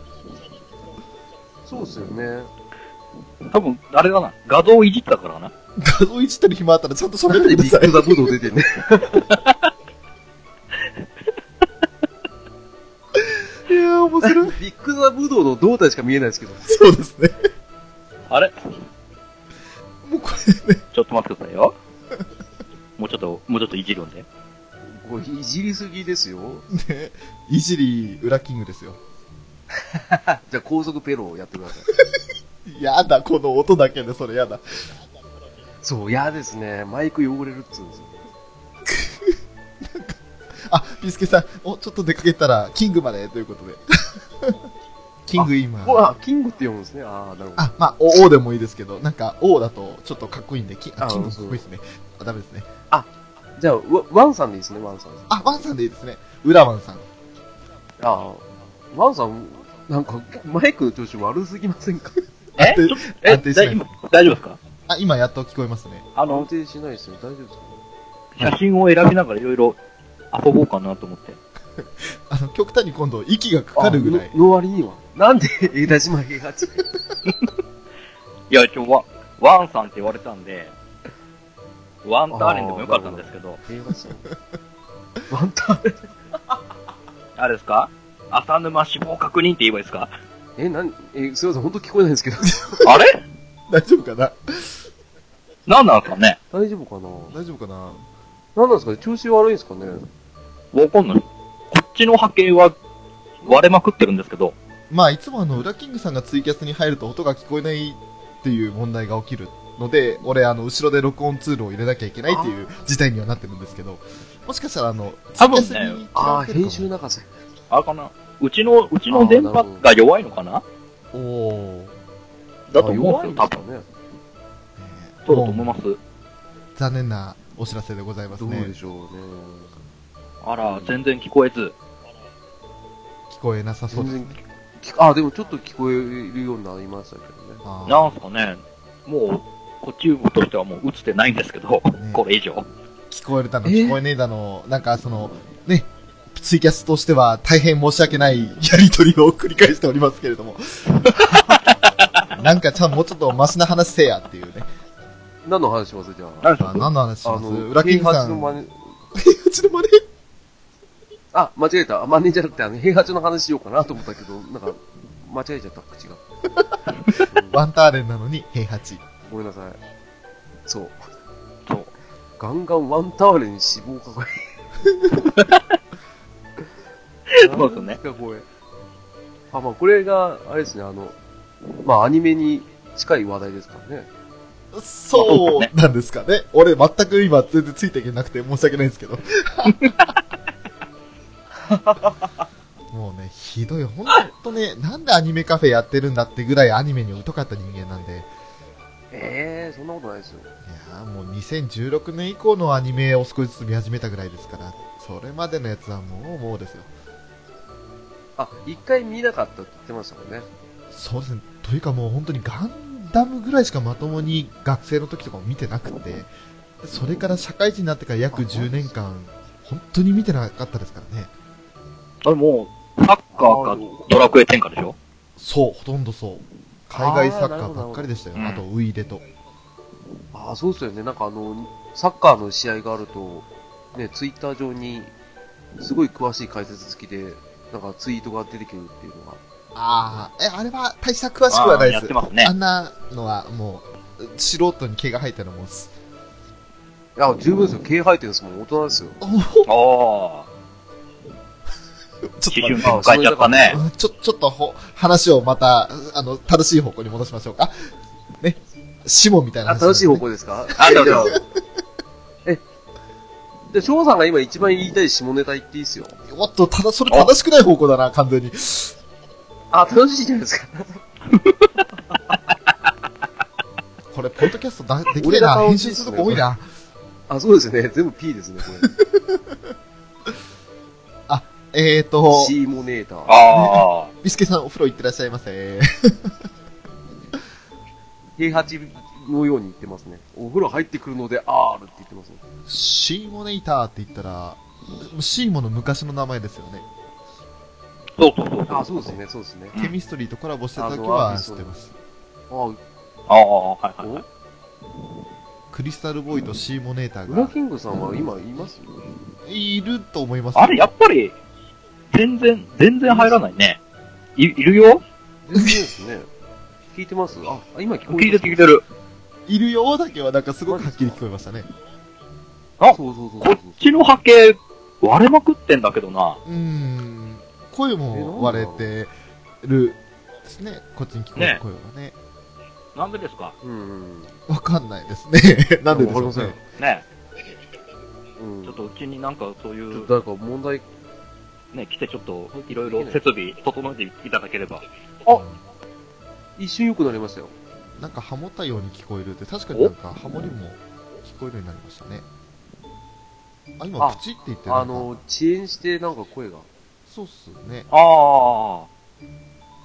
Speaker 3: そうですよね。
Speaker 4: 多分、あれだな。画像をいじったからかな。
Speaker 2: 画像いじってる暇あったらちゃんと
Speaker 3: な
Speaker 2: 喋
Speaker 3: ん
Speaker 2: って
Speaker 3: で
Speaker 2: く
Speaker 3: ビ
Speaker 2: ださ
Speaker 3: ッグ
Speaker 2: い。
Speaker 3: ザブドウ出てんね。
Speaker 2: いやー、面白い。
Speaker 3: ビッグザブドウの胴体しか見えないですけど。
Speaker 2: そうですね。
Speaker 4: あれ
Speaker 2: もうこれね、
Speaker 4: ちょっと待ってくださいよ。もうちょっと、もうちょっといじるんで。
Speaker 3: これいじりすぎですよ。
Speaker 2: いじり、裏キングですよ。
Speaker 3: じゃあ高速ペロをやってください。
Speaker 2: やだ、この音だけでそれやだ。
Speaker 3: そう、嫌ですね。マイク汚れるっつうんですよ。
Speaker 2: あ、ピースケさん、お、ちょっと出かけたら、キングまでということで。キング今。
Speaker 3: うわ、キングって読むんですね。ああ、なるほど。
Speaker 2: あ、まあ、お王でもいいですけど、なんか、王だとちょっとかっこいいんで、キンあ
Speaker 3: あ
Speaker 2: キングかっこいいですね。あ、ダメですね。
Speaker 3: じゃあ、ワワンさんでいいですね、ワンさん。あ
Speaker 2: あ、ワンさんでいいですね。裏ワンさん。
Speaker 3: あ、ワンさん、なんか、マイクの調子悪すぎませんか
Speaker 4: え
Speaker 2: 安定
Speaker 4: ちょえ、
Speaker 2: 安定しない
Speaker 4: だ今大丈夫ですか
Speaker 2: あ、今やっと聞こえますね。
Speaker 4: あ
Speaker 3: 安
Speaker 4: の、
Speaker 3: 定しないですよ。大丈夫ですか
Speaker 4: 写真を選びながらいろいろ遊ぼうかなと思って。
Speaker 2: あの、極端に今度、息がかかるぐらい
Speaker 3: あ。のの割には。なんで、枝島平八。
Speaker 4: いや、今日は、ワンさんって言われたんで、 ワンターレンでもよかったんですけど、
Speaker 3: 平八さん。ワンタン。
Speaker 4: あれですか浅沼死亡確認って言えばいいですか
Speaker 3: え、なん、え、すいません、本当聞こえないんですけど。
Speaker 4: あれ
Speaker 2: 大丈夫かな
Speaker 4: なんなんですかね
Speaker 3: 大丈夫かな
Speaker 2: 大丈夫かな
Speaker 3: なんなんですかね調子悪いんですかね
Speaker 4: わかんない。こっちの波形は割れまくってるんですけど、
Speaker 2: まあ、いつもあの、裏キングさんがツイキャスに入ると音が聞こえないっていう問題が起きるので、俺、あの、後ろで録音ツールを入れなきゃいけないっていう事態にはなってるんですけど、もしかしたらあの、ツイ
Speaker 4: 多
Speaker 2: キャ
Speaker 4: 分ね
Speaker 2: スに嫌
Speaker 3: あ
Speaker 2: わ
Speaker 3: あ、
Speaker 2: れてるかも
Speaker 3: 編集泣かせ。
Speaker 4: あれかなうちの、うちの電波が弱いのかな
Speaker 2: おお、ね
Speaker 4: だと思うんですよ、多分。
Speaker 3: 分ね。
Speaker 4: そうだと思います。
Speaker 2: 残念なお知らせでございます
Speaker 3: どうで
Speaker 2: ね。
Speaker 3: しょうね。
Speaker 4: あら、全然聞こえず。
Speaker 2: 聞こえなさそうですね。
Speaker 3: 聞あ、でもちょっと聞こえるようになりましたけどね。
Speaker 2: あー
Speaker 4: なんすかね、もう、こっちとしてはもう打つてないんですけど、これ以上。
Speaker 2: 聞こえるだの、
Speaker 3: えー
Speaker 2: 聞こえねえだの、なんかその、ね、ツイキャスとしては大変申し訳ないやりとりを繰り返しておりますけれ ども。なんかちゃんもうちょっとマシな話せやっていうね。
Speaker 3: 何の話しますじゃあ。
Speaker 4: なんでしょ
Speaker 2: あ
Speaker 4: う
Speaker 2: 何の話し
Speaker 3: あ
Speaker 2: ます
Speaker 3: の、
Speaker 2: 裏キングさ
Speaker 3: 平八の
Speaker 2: ん。
Speaker 3: 真似
Speaker 2: うちのマネ
Speaker 3: あ、間違えた。マネージャーじゃなくて、あの、平八の話しようかなと思ったけど、なんか、間違えちゃった、 口が。
Speaker 2: ワンターレンなのに平八。
Speaker 3: ごめんなさい。そう。
Speaker 4: そう
Speaker 3: ガンガンワンターレン死亡かか る。
Speaker 4: そうですね
Speaker 3: なんかこれ。あ、まあこれが、あれですね、あの、まあアニメに近い話題ですからね。
Speaker 2: そうなんですかね。俺全く今全然ついていけなくて申し訳ないんですけ ど。もうね、ひどい。ほんとね、なんでアニメカフェやってるんだってぐらいアニメに疎かった人間なんで。
Speaker 3: ええそんなことないですよ。
Speaker 2: いやーもう2016年以降のアニメを少しずつ見始めたぐらいですからそれまでのやつはもうもうですよ
Speaker 3: あ、一回見なかったって言ってましたもんね。
Speaker 2: そうですねというかもう本当にガンダムぐらいしかまともに学生の時とかも見てなくてそれから社会人になってから約10年間本当に見てなかったですからね
Speaker 4: あれもう、サッカ
Speaker 3: あ
Speaker 4: ーかドラクエ天下でしょ
Speaker 2: そうほとんどそう海外サッカ
Speaker 3: あーなる
Speaker 2: ー
Speaker 3: ほど
Speaker 2: ばっかりでしたよ
Speaker 4: うん
Speaker 2: あとウイイレと
Speaker 3: ああ、そうですよね。なんかあの、サッカーの試合があると、ね、ツイッター上に、すごい詳しい解説付きで、なんかツイートが出てくるっていうのが、
Speaker 2: ああえあれは大した詳しくはない
Speaker 4: あーや
Speaker 2: で
Speaker 4: っ
Speaker 2: す
Speaker 4: てますね
Speaker 2: あ。んなのはもう素人に毛が生えたのもす
Speaker 3: いや、十分ですよ。経営配点ですもん。大人ですよ。
Speaker 2: おほ
Speaker 4: ああ、思
Speaker 2: ちょっと待って
Speaker 4: 春期迎えちゃったね。
Speaker 2: うんちょ、ちょっとほ、話をまた、あの、正しい方向に戻しましょうか。ね。シモみたいな
Speaker 3: あ、
Speaker 2: 話、
Speaker 3: 正しい方
Speaker 2: 向。
Speaker 3: 向ですか
Speaker 4: あそうそう
Speaker 3: え、で、翔さんが今一番言いたい下ネタ言っていいっすよ。
Speaker 2: おっと、ただ、それ正しくない方向だな、完全に。
Speaker 3: あ、楽しいじゃないですか。
Speaker 2: これ、ポッドキャストだできね
Speaker 3: 俺
Speaker 2: え
Speaker 3: が
Speaker 2: な。
Speaker 3: 楽
Speaker 2: 編
Speaker 3: しい
Speaker 2: 集
Speaker 3: っす
Speaker 2: す
Speaker 3: ね
Speaker 2: るとこ多いな。
Speaker 3: あ、そうですね。全部 P ですね、こ
Speaker 2: えー
Speaker 3: れ
Speaker 2: と。、
Speaker 3: シーモネーター。
Speaker 4: ああ、
Speaker 2: ビスケさんお風呂行ってらっしゃいませ。
Speaker 3: 平八のように言ってますね。お風呂入ってくるので R って言ってますね。
Speaker 2: シーモネイターって言ったら、シーモの昔の名前ですよね。
Speaker 4: そうそうそう。
Speaker 3: あ、そうですね、そうですね。
Speaker 2: ケミストリーとコラボしてた時
Speaker 3: あ
Speaker 2: は
Speaker 3: の
Speaker 2: 知ってます。
Speaker 3: あ、お
Speaker 4: ああ、はいはいはい。
Speaker 2: クリスタルボーイとシーモネーター
Speaker 3: 裏
Speaker 2: が
Speaker 3: キングさんは今います
Speaker 2: いると思いますよ。
Speaker 4: あれ、やっぱり、全然、全然入らないね。い、いるよ
Speaker 3: 全然ですね。聞いてますあ、今聞こ
Speaker 4: 聞
Speaker 3: え
Speaker 4: いてる聞い
Speaker 3: る。
Speaker 4: てる。
Speaker 2: いるよだけはなんかすごくはっきり聞こえましたね。
Speaker 4: あ
Speaker 3: そうそうそうそ
Speaker 4: こ
Speaker 3: う
Speaker 4: っちの波形、割れまくってんだけどな。
Speaker 2: うーん、声も割れてるですね。こっちに聞こえる
Speaker 4: ね
Speaker 2: 声はね。
Speaker 4: なんでですか
Speaker 3: うんうん。
Speaker 2: わ、かんないですね。 なんででしょう
Speaker 3: わかりません
Speaker 2: ね。
Speaker 4: ね
Speaker 3: うん。
Speaker 4: ちょっとうちになんかそうい
Speaker 3: ちょっ
Speaker 4: う、
Speaker 3: と誰か問題、
Speaker 4: ね、来てちょっと、いろいろ設備整えていただければ。
Speaker 3: あ一瞬良くなりましたよ。
Speaker 2: なんかハモったように聞こえるって、確かになんかハモリも聞こえるようになりましたね。あ、今
Speaker 3: あ
Speaker 2: プチって言ってる
Speaker 3: あの、遅延してなんか声が。
Speaker 2: そうっすね。
Speaker 4: ああ、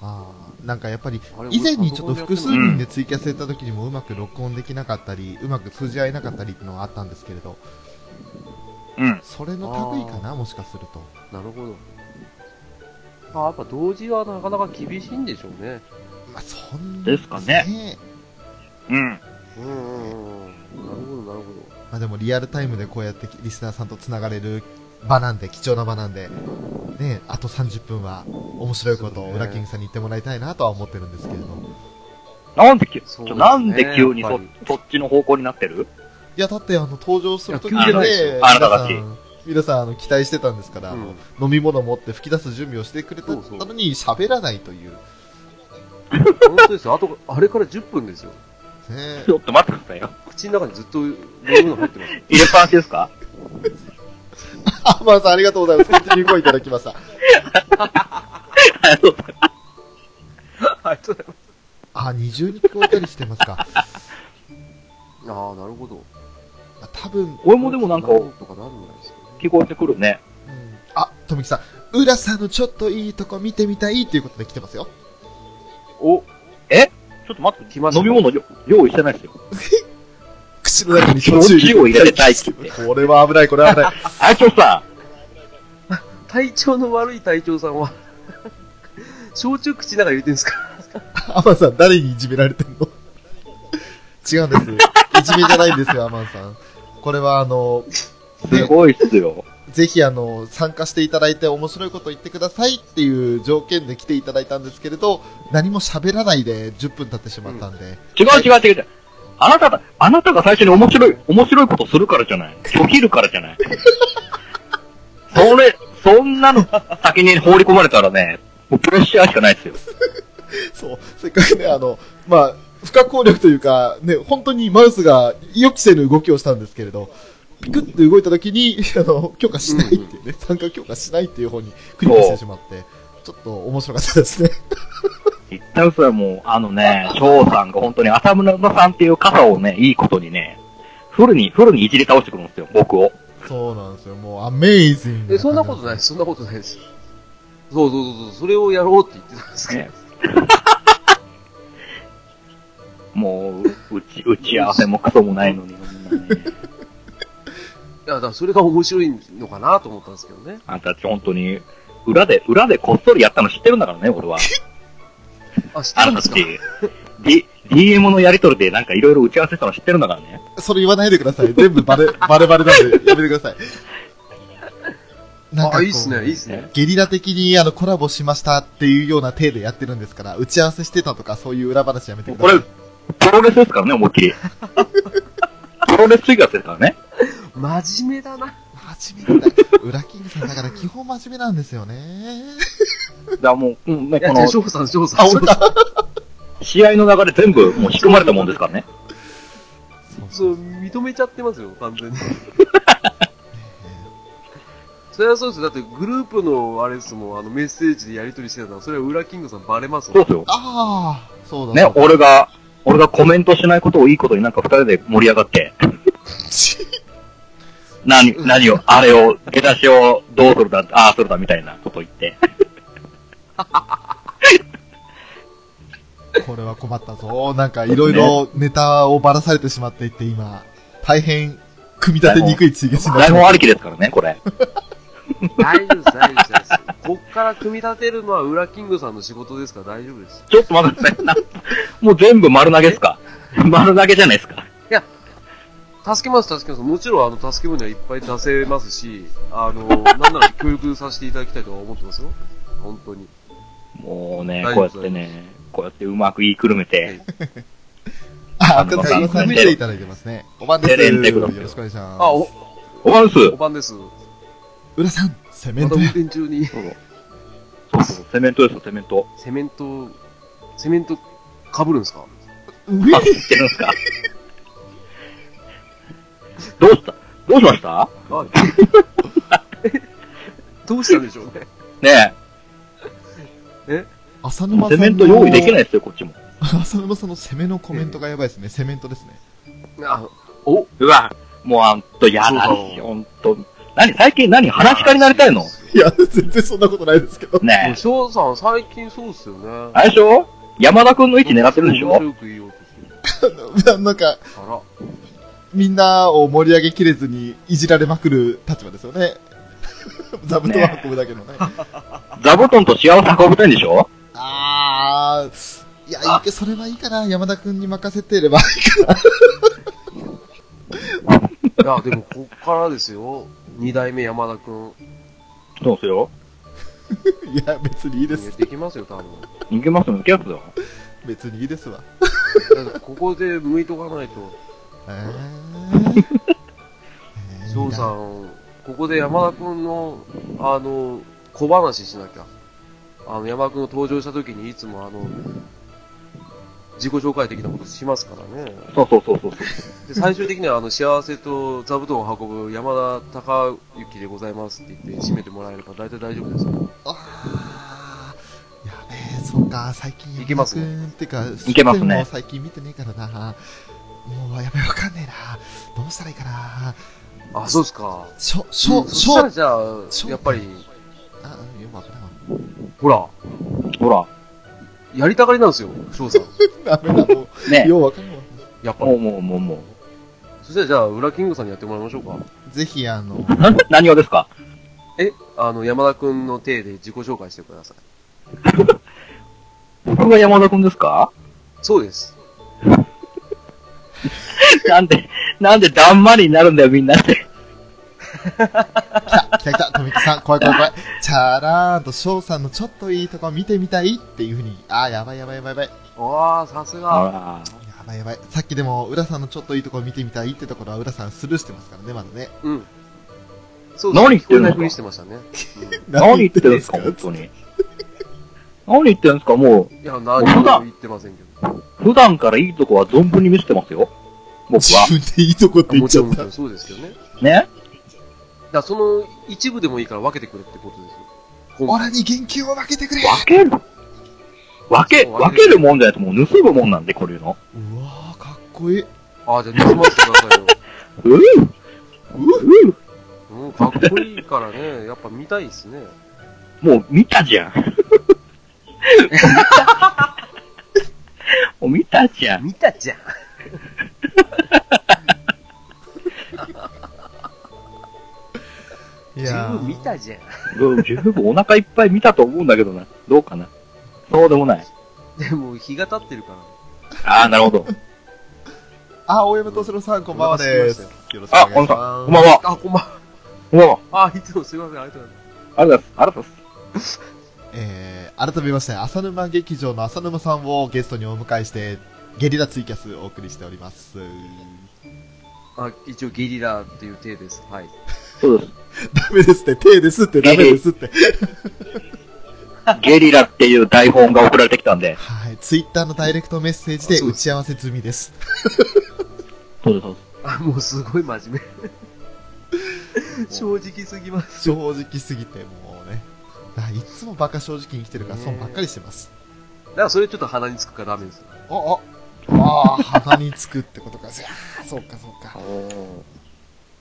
Speaker 2: あーなんかやっぱり、
Speaker 3: あれ
Speaker 2: 以前にちょっと複数人で
Speaker 4: う
Speaker 2: ツイキャスやった時にもうまく録音できなかったり、うまく通じ合えなかったりっていうのはあったんですけれど、
Speaker 4: うん。
Speaker 2: それの類かな、もしかすると。
Speaker 3: なるほど。あ、やっぱ同時はなかなか厳しいんでしょうね。
Speaker 2: まあ、そん
Speaker 4: ですかね
Speaker 2: ね
Speaker 4: うん。
Speaker 3: うんうんうん。なるほど、なるほど。
Speaker 2: まあ、でもリアルタイムでこうやってリスナーさんとつながれる場なんで、貴重な場なんで、ね、あと30分は面白いことを裏キングさんに言ってもらいたいなとは思ってるんですけれど。
Speaker 4: なんでき、ち
Speaker 3: そう
Speaker 4: ょ
Speaker 3: ですね
Speaker 4: なんで急に
Speaker 3: や
Speaker 4: そ
Speaker 3: っぱ
Speaker 4: そっちの方向になってる
Speaker 2: いや、だってあの、登場する時
Speaker 3: いや
Speaker 2: に
Speaker 3: 急じゃないです
Speaker 2: ね
Speaker 3: よ、
Speaker 4: あなたたち
Speaker 2: 皆さん皆さんあの期待してたんですから、あの飲み物持って吹き出す準備をしてくれた
Speaker 3: そうそう
Speaker 2: のに喋らないという、ね
Speaker 3: 本当ですよ。あと、あれから10分ですよ。
Speaker 4: ちょっと待ってくださいよ。
Speaker 3: 口の中にずっと飲み物入ってます。
Speaker 4: 入れっぱなしですか
Speaker 2: アマンさんありがとうございます。本当にごいただきました。
Speaker 3: ありがとうございま
Speaker 2: あ、二重に聞こえたりしてますか。
Speaker 3: す。ああ、なるほど。
Speaker 2: あ多分、
Speaker 4: 俺もでもなんか
Speaker 3: なんとかなるんですよね。
Speaker 4: 聞こえてくるね。
Speaker 2: うん、あ、とみきさん、浦さんのちょっといいとこ見てみたいっていうことで来てますよ。
Speaker 3: お、
Speaker 4: ちょっと待って、
Speaker 3: 来ました
Speaker 4: 飲み物よ用意してないですよ。
Speaker 2: 口の中に
Speaker 4: 気持ちを入れたいって言って。
Speaker 2: これは危ない、これは危 ない。
Speaker 4: あいつさ、
Speaker 3: 体調の悪い隊長さんは、 焼酎口の中に入れてるんですか
Speaker 2: アマンさん、誰にいじめられてんの 違うんです。いじめじゃないんですよ、アマンさん。これはあの、
Speaker 4: すごいっすよ。
Speaker 2: ぜひあの、参加していただいて面白いこと言ってくださいっていう条件で来ていただいたんですけれど、何も喋らないで10分経ってしまったんで、
Speaker 4: 違う違う違う違う。あなたが、あなたが最初に面白い、面白いことするからじゃない。拒否るからじゃ ない。それ、そんなの先に放り込まれたらね、もうプレッシャーしかないですよ。
Speaker 2: そう、せっかくね、あの、まあ、不可抗力というか、ね、本当にマウスが予期せぬ動きをしたんですけれど、ピクって動いた時に、 あの、許可しないっていうね、参加許可しないっていう方にクリックしてしまって、ちょっと面白かったですね。
Speaker 4: 一旦それはもう、あのね、翔さんが本当に浅村さんっていう傘をね、いいことにね、フルに、フルにいじり倒してくるんですよ、僕を。
Speaker 2: そうなんですよ、もうアメイジング。
Speaker 3: え、そんなことないです。そんなことないです。そうそうそうそう、それをやろうって言ってたんですけど
Speaker 4: ね。もう、うち、打ち合わせもクソもないのに、そんなね
Speaker 3: いや、だからそれが面白いのかなと思ったんですけどね。
Speaker 4: あんたたち本当に、裏で、裏でこっそりやったの知ってるんだからね、俺は。
Speaker 3: あ、知って
Speaker 4: あ
Speaker 3: るん
Speaker 4: な
Speaker 3: で
Speaker 4: た
Speaker 3: す
Speaker 4: た
Speaker 3: か
Speaker 4: ち、D、DM のやりとりでなんかいろいろ打ち合わせしたの知ってるんだからね。
Speaker 2: それ言わないでください。全部バレ、 バレバレなんで、やめてください。なんか
Speaker 3: あ、
Speaker 2: こう
Speaker 3: いいっすね、いいっすね。
Speaker 2: ゲリラ的にあのコラボしましたっていうような体でやってるんですから、打ち合わせしてたとかそういう裏話やめてくだ
Speaker 4: こ
Speaker 2: さい。
Speaker 4: れ、プロレスですからね、思いっきり。 プロレス追加ですからね。
Speaker 3: 真面目だな。
Speaker 2: 真面目だ。裏キングさんだから基本真面目なんですよね。
Speaker 4: だからもう、うんね、
Speaker 3: いや、
Speaker 4: こ
Speaker 3: じゃあ、
Speaker 4: の
Speaker 3: 翔さん、翔さん。翔さん
Speaker 4: 試合の流れ全部もう仕組まれたもんですからね。
Speaker 3: そう、認めちゃってますよ、完全に。 それはそうですよだってグループのあれですもん、あのメッセージでやり取りしてたのは、それは裏キングさんバレます
Speaker 4: そう
Speaker 3: もん
Speaker 4: で。すよ。
Speaker 2: ああ、そうだ。
Speaker 4: ね
Speaker 2: そう、だ
Speaker 4: 俺が、俺がコメントしないことをいいことになんか二人で盛り上がって、何、何を、あれを、出だしをどうするだ、ああするだみたいなこと言って。
Speaker 2: これは困ったぞ。なんかいろいろネタをばらされてしまっていて、今、大変、組み立てにくい追加しま
Speaker 4: 台
Speaker 2: し
Speaker 4: 本ありきですからね、これ。
Speaker 3: 大丈夫です、大丈夫です大丈夫です。こっから組み立てるのは裏キングさんの仕事ですから大丈夫です。
Speaker 4: ちょっと待ってください。なもう全部丸投げですか丸投げじゃないですか。
Speaker 3: 助けます、助けます。もちろん、あの、助け舟はいっぱい出せますし、あの、なんなら協力させていただきたいとは思ってますよ。本当に。
Speaker 4: もうね、
Speaker 3: 大
Speaker 4: こ
Speaker 3: 丈夫
Speaker 4: うやってね、こうやってうまく言いくるめて、
Speaker 2: た。あ、赤田さん
Speaker 4: あ
Speaker 2: に
Speaker 4: の
Speaker 2: 見ていただいてますね。おばんです。
Speaker 4: テレ
Speaker 2: よ
Speaker 4: ンテクノ
Speaker 2: ろしくお願いします。
Speaker 3: あ、お、
Speaker 4: おばんす
Speaker 3: おばんです。ま
Speaker 2: 浦さん、セメン
Speaker 3: た
Speaker 2: ト
Speaker 3: 運
Speaker 2: や。
Speaker 3: 転中に、
Speaker 4: そうそう、セメントですよ、セメント。
Speaker 3: セメント、セメント、被るんですか
Speaker 2: うえ
Speaker 4: あ、知ってるんですかどうしたどうしました
Speaker 3: あ、 どうしたんでしょうね。
Speaker 4: ね
Speaker 2: 浅
Speaker 4: え
Speaker 2: 沼、さ
Speaker 4: セ
Speaker 2: んの
Speaker 4: メント用意できないですよ、こっちも。
Speaker 2: 浅沼さんの攻めのコメントがやばいですね。セメントですね。
Speaker 3: あ、お、
Speaker 4: うわ、もうあんと、やだし、
Speaker 3: そう
Speaker 4: ほんと。何最近何話し家になりたいの
Speaker 3: も
Speaker 2: いや、全然そんなことないですけど。
Speaker 4: ね
Speaker 3: う
Speaker 4: え。
Speaker 3: 翔さん、最近そうっすよね。
Speaker 4: あれでしょ山田くんの位置狙ってるんでし
Speaker 3: 面
Speaker 4: ょ
Speaker 3: 白く言おうとしてる
Speaker 2: なんか、
Speaker 3: あら。
Speaker 2: みんなを盛り上げきれずにいじられまくる立場ですよね。座布団運ぶだけのね。
Speaker 4: 座布団と幸せ運びたいんでしょ
Speaker 2: あー、いや、いいけそれはいいかな。山田くんに任せてれば。
Speaker 3: いや、でも、こっからですよ。二代目山田くん、
Speaker 4: どうすよ
Speaker 2: いや、別にいいで
Speaker 3: 逃げ
Speaker 2: す。
Speaker 3: てきますよ、多分。
Speaker 4: 逃げますのきやつだ。
Speaker 2: 別にいいですわ。
Speaker 3: だからここで向いとかないと、
Speaker 2: えーえー
Speaker 3: 翔さん、ここで山田くんの、あの、小話しなきゃ。あの、山田くんの登場した時にいつもあの、自己紹介的なことしますからね。
Speaker 4: そうそうそうそう。
Speaker 3: で、最終的にはあの、幸せと座布団を運ぶ山田孝之でございますって言って締めてもらえれば大体大丈夫ですよ。
Speaker 2: あーやべえ、そうか、最近
Speaker 3: いけますね
Speaker 2: 山田君ってか、
Speaker 4: いけますね
Speaker 2: そういうのも最近見てねえからな。もう、やべえ、わかんねえな。どうしたらいいかな。
Speaker 3: あ、そうですか。
Speaker 2: しょ、しょ、
Speaker 3: んそ
Speaker 2: し
Speaker 3: した
Speaker 2: ょ
Speaker 3: ら、じゃあ
Speaker 2: し、ょ
Speaker 3: やっぱり、
Speaker 2: あ、よくわからんわ。
Speaker 3: ほら、
Speaker 4: ほら、
Speaker 3: やりたがりなんですよ、翔 さん。
Speaker 2: ダメだ、も
Speaker 4: ね
Speaker 2: う、。ようわかんないわ。
Speaker 3: やっぱ
Speaker 4: も
Speaker 3: り。
Speaker 4: うもうもうも
Speaker 3: そしたらじゃあ、裏キングさんにやってもらいましょうか。
Speaker 2: ぜひ、あの、
Speaker 4: う。な何をですか
Speaker 3: え、あの、山田くんの体で自己紹介してください。
Speaker 4: 僕が山田くんですか
Speaker 3: そうです。
Speaker 4: なんで、なんでだんまりになるんだよみんなって。
Speaker 2: 来た来た、富木さん、怖い怖い怖い。チャラーンと翔さんのちょっといいとこ見てみたいっていうふうに、あー、やばいやばいやばいやばい。
Speaker 3: ああ、さすが。
Speaker 4: あら。
Speaker 2: やばいやばい。さっきでも、浦さんのちょっといいとこ見てみたいってところは、浦さんスルーしてますからね、まだね。
Speaker 3: うん。そう
Speaker 4: 何言っ
Speaker 3: 聞こ
Speaker 4: て
Speaker 3: え
Speaker 4: んの
Speaker 3: ないふりしてましたね。
Speaker 4: 何言ってるん ですか
Speaker 2: 何言
Speaker 4: 本
Speaker 2: って
Speaker 4: 当に。何言ってるんですかも
Speaker 3: うんいや、何も言ってませんけど。
Speaker 4: う、普段からいいとこは存分に見せてますよ。僕
Speaker 2: 自
Speaker 4: は。
Speaker 2: 分でいいとこって言
Speaker 3: も
Speaker 2: っち
Speaker 3: ち
Speaker 2: ゃ
Speaker 3: ろん、
Speaker 2: っ
Speaker 3: もち
Speaker 2: た
Speaker 3: ろ。んそうですけどね。だか
Speaker 4: ね
Speaker 3: ら、その一部でもいいから分けてくれってことですよ。今
Speaker 2: 俺に現金を分けてくれ
Speaker 4: 分ける分け、分けるもんじゃないともう盗むもんなんで、これの。
Speaker 2: うわー、かっこいい。
Speaker 3: ああ、じゃあ、盗ませてくださいよ。
Speaker 4: うぅうう
Speaker 3: うん、かっこいいからね、や っぱ見たいですね。
Speaker 4: もう見たじ ゃん。もう見たじゃん。
Speaker 3: 見たじゃん。
Speaker 2: い
Speaker 3: 自
Speaker 2: や
Speaker 3: 分見
Speaker 2: ー
Speaker 3: たじゃん。
Speaker 4: うん十分お腹いっぱい見たと思うんだけどな。どうかな。そうでもない。
Speaker 3: でも、日が経ってるから。
Speaker 4: ああ、なるほど。
Speaker 2: あ、大山敏郎さん、こんばんはです。よろしくお
Speaker 4: あ、
Speaker 2: 願い
Speaker 4: こん
Speaker 2: し
Speaker 4: ばん
Speaker 2: ま
Speaker 4: は。
Speaker 2: す。
Speaker 4: こんばんは。
Speaker 3: あ、こんばんは。
Speaker 4: こんばんは。
Speaker 3: あ、いつもすいません、ありがとうございます。
Speaker 4: ありがとうございます。ありがとうございます。
Speaker 2: えー、改めまして、浅沼劇場の浅沼さんをゲストにお迎えして、ゲリラツイキャスお送りしております。
Speaker 3: あ、一応ゲリラっていう体です。はい。
Speaker 4: そうです。
Speaker 2: ダメですって、手ですって、ダメですって。
Speaker 4: ゲリラっていう台本が送られてきたんで。
Speaker 2: はい、ツイッターのダイレクトメッセージで打ち合わせ済みです。
Speaker 4: そうです、そうです。
Speaker 3: あ、もうすごい真 面目。正直すぎます。
Speaker 2: 正直すぎて、もうね。あいつもバカ正直に生きてるから、損ばっかりしてます。
Speaker 3: だからそれちょっと鼻につくからダメですよ。
Speaker 2: お、お、ああ、鼻につくってことか。いやーそうか、そうか。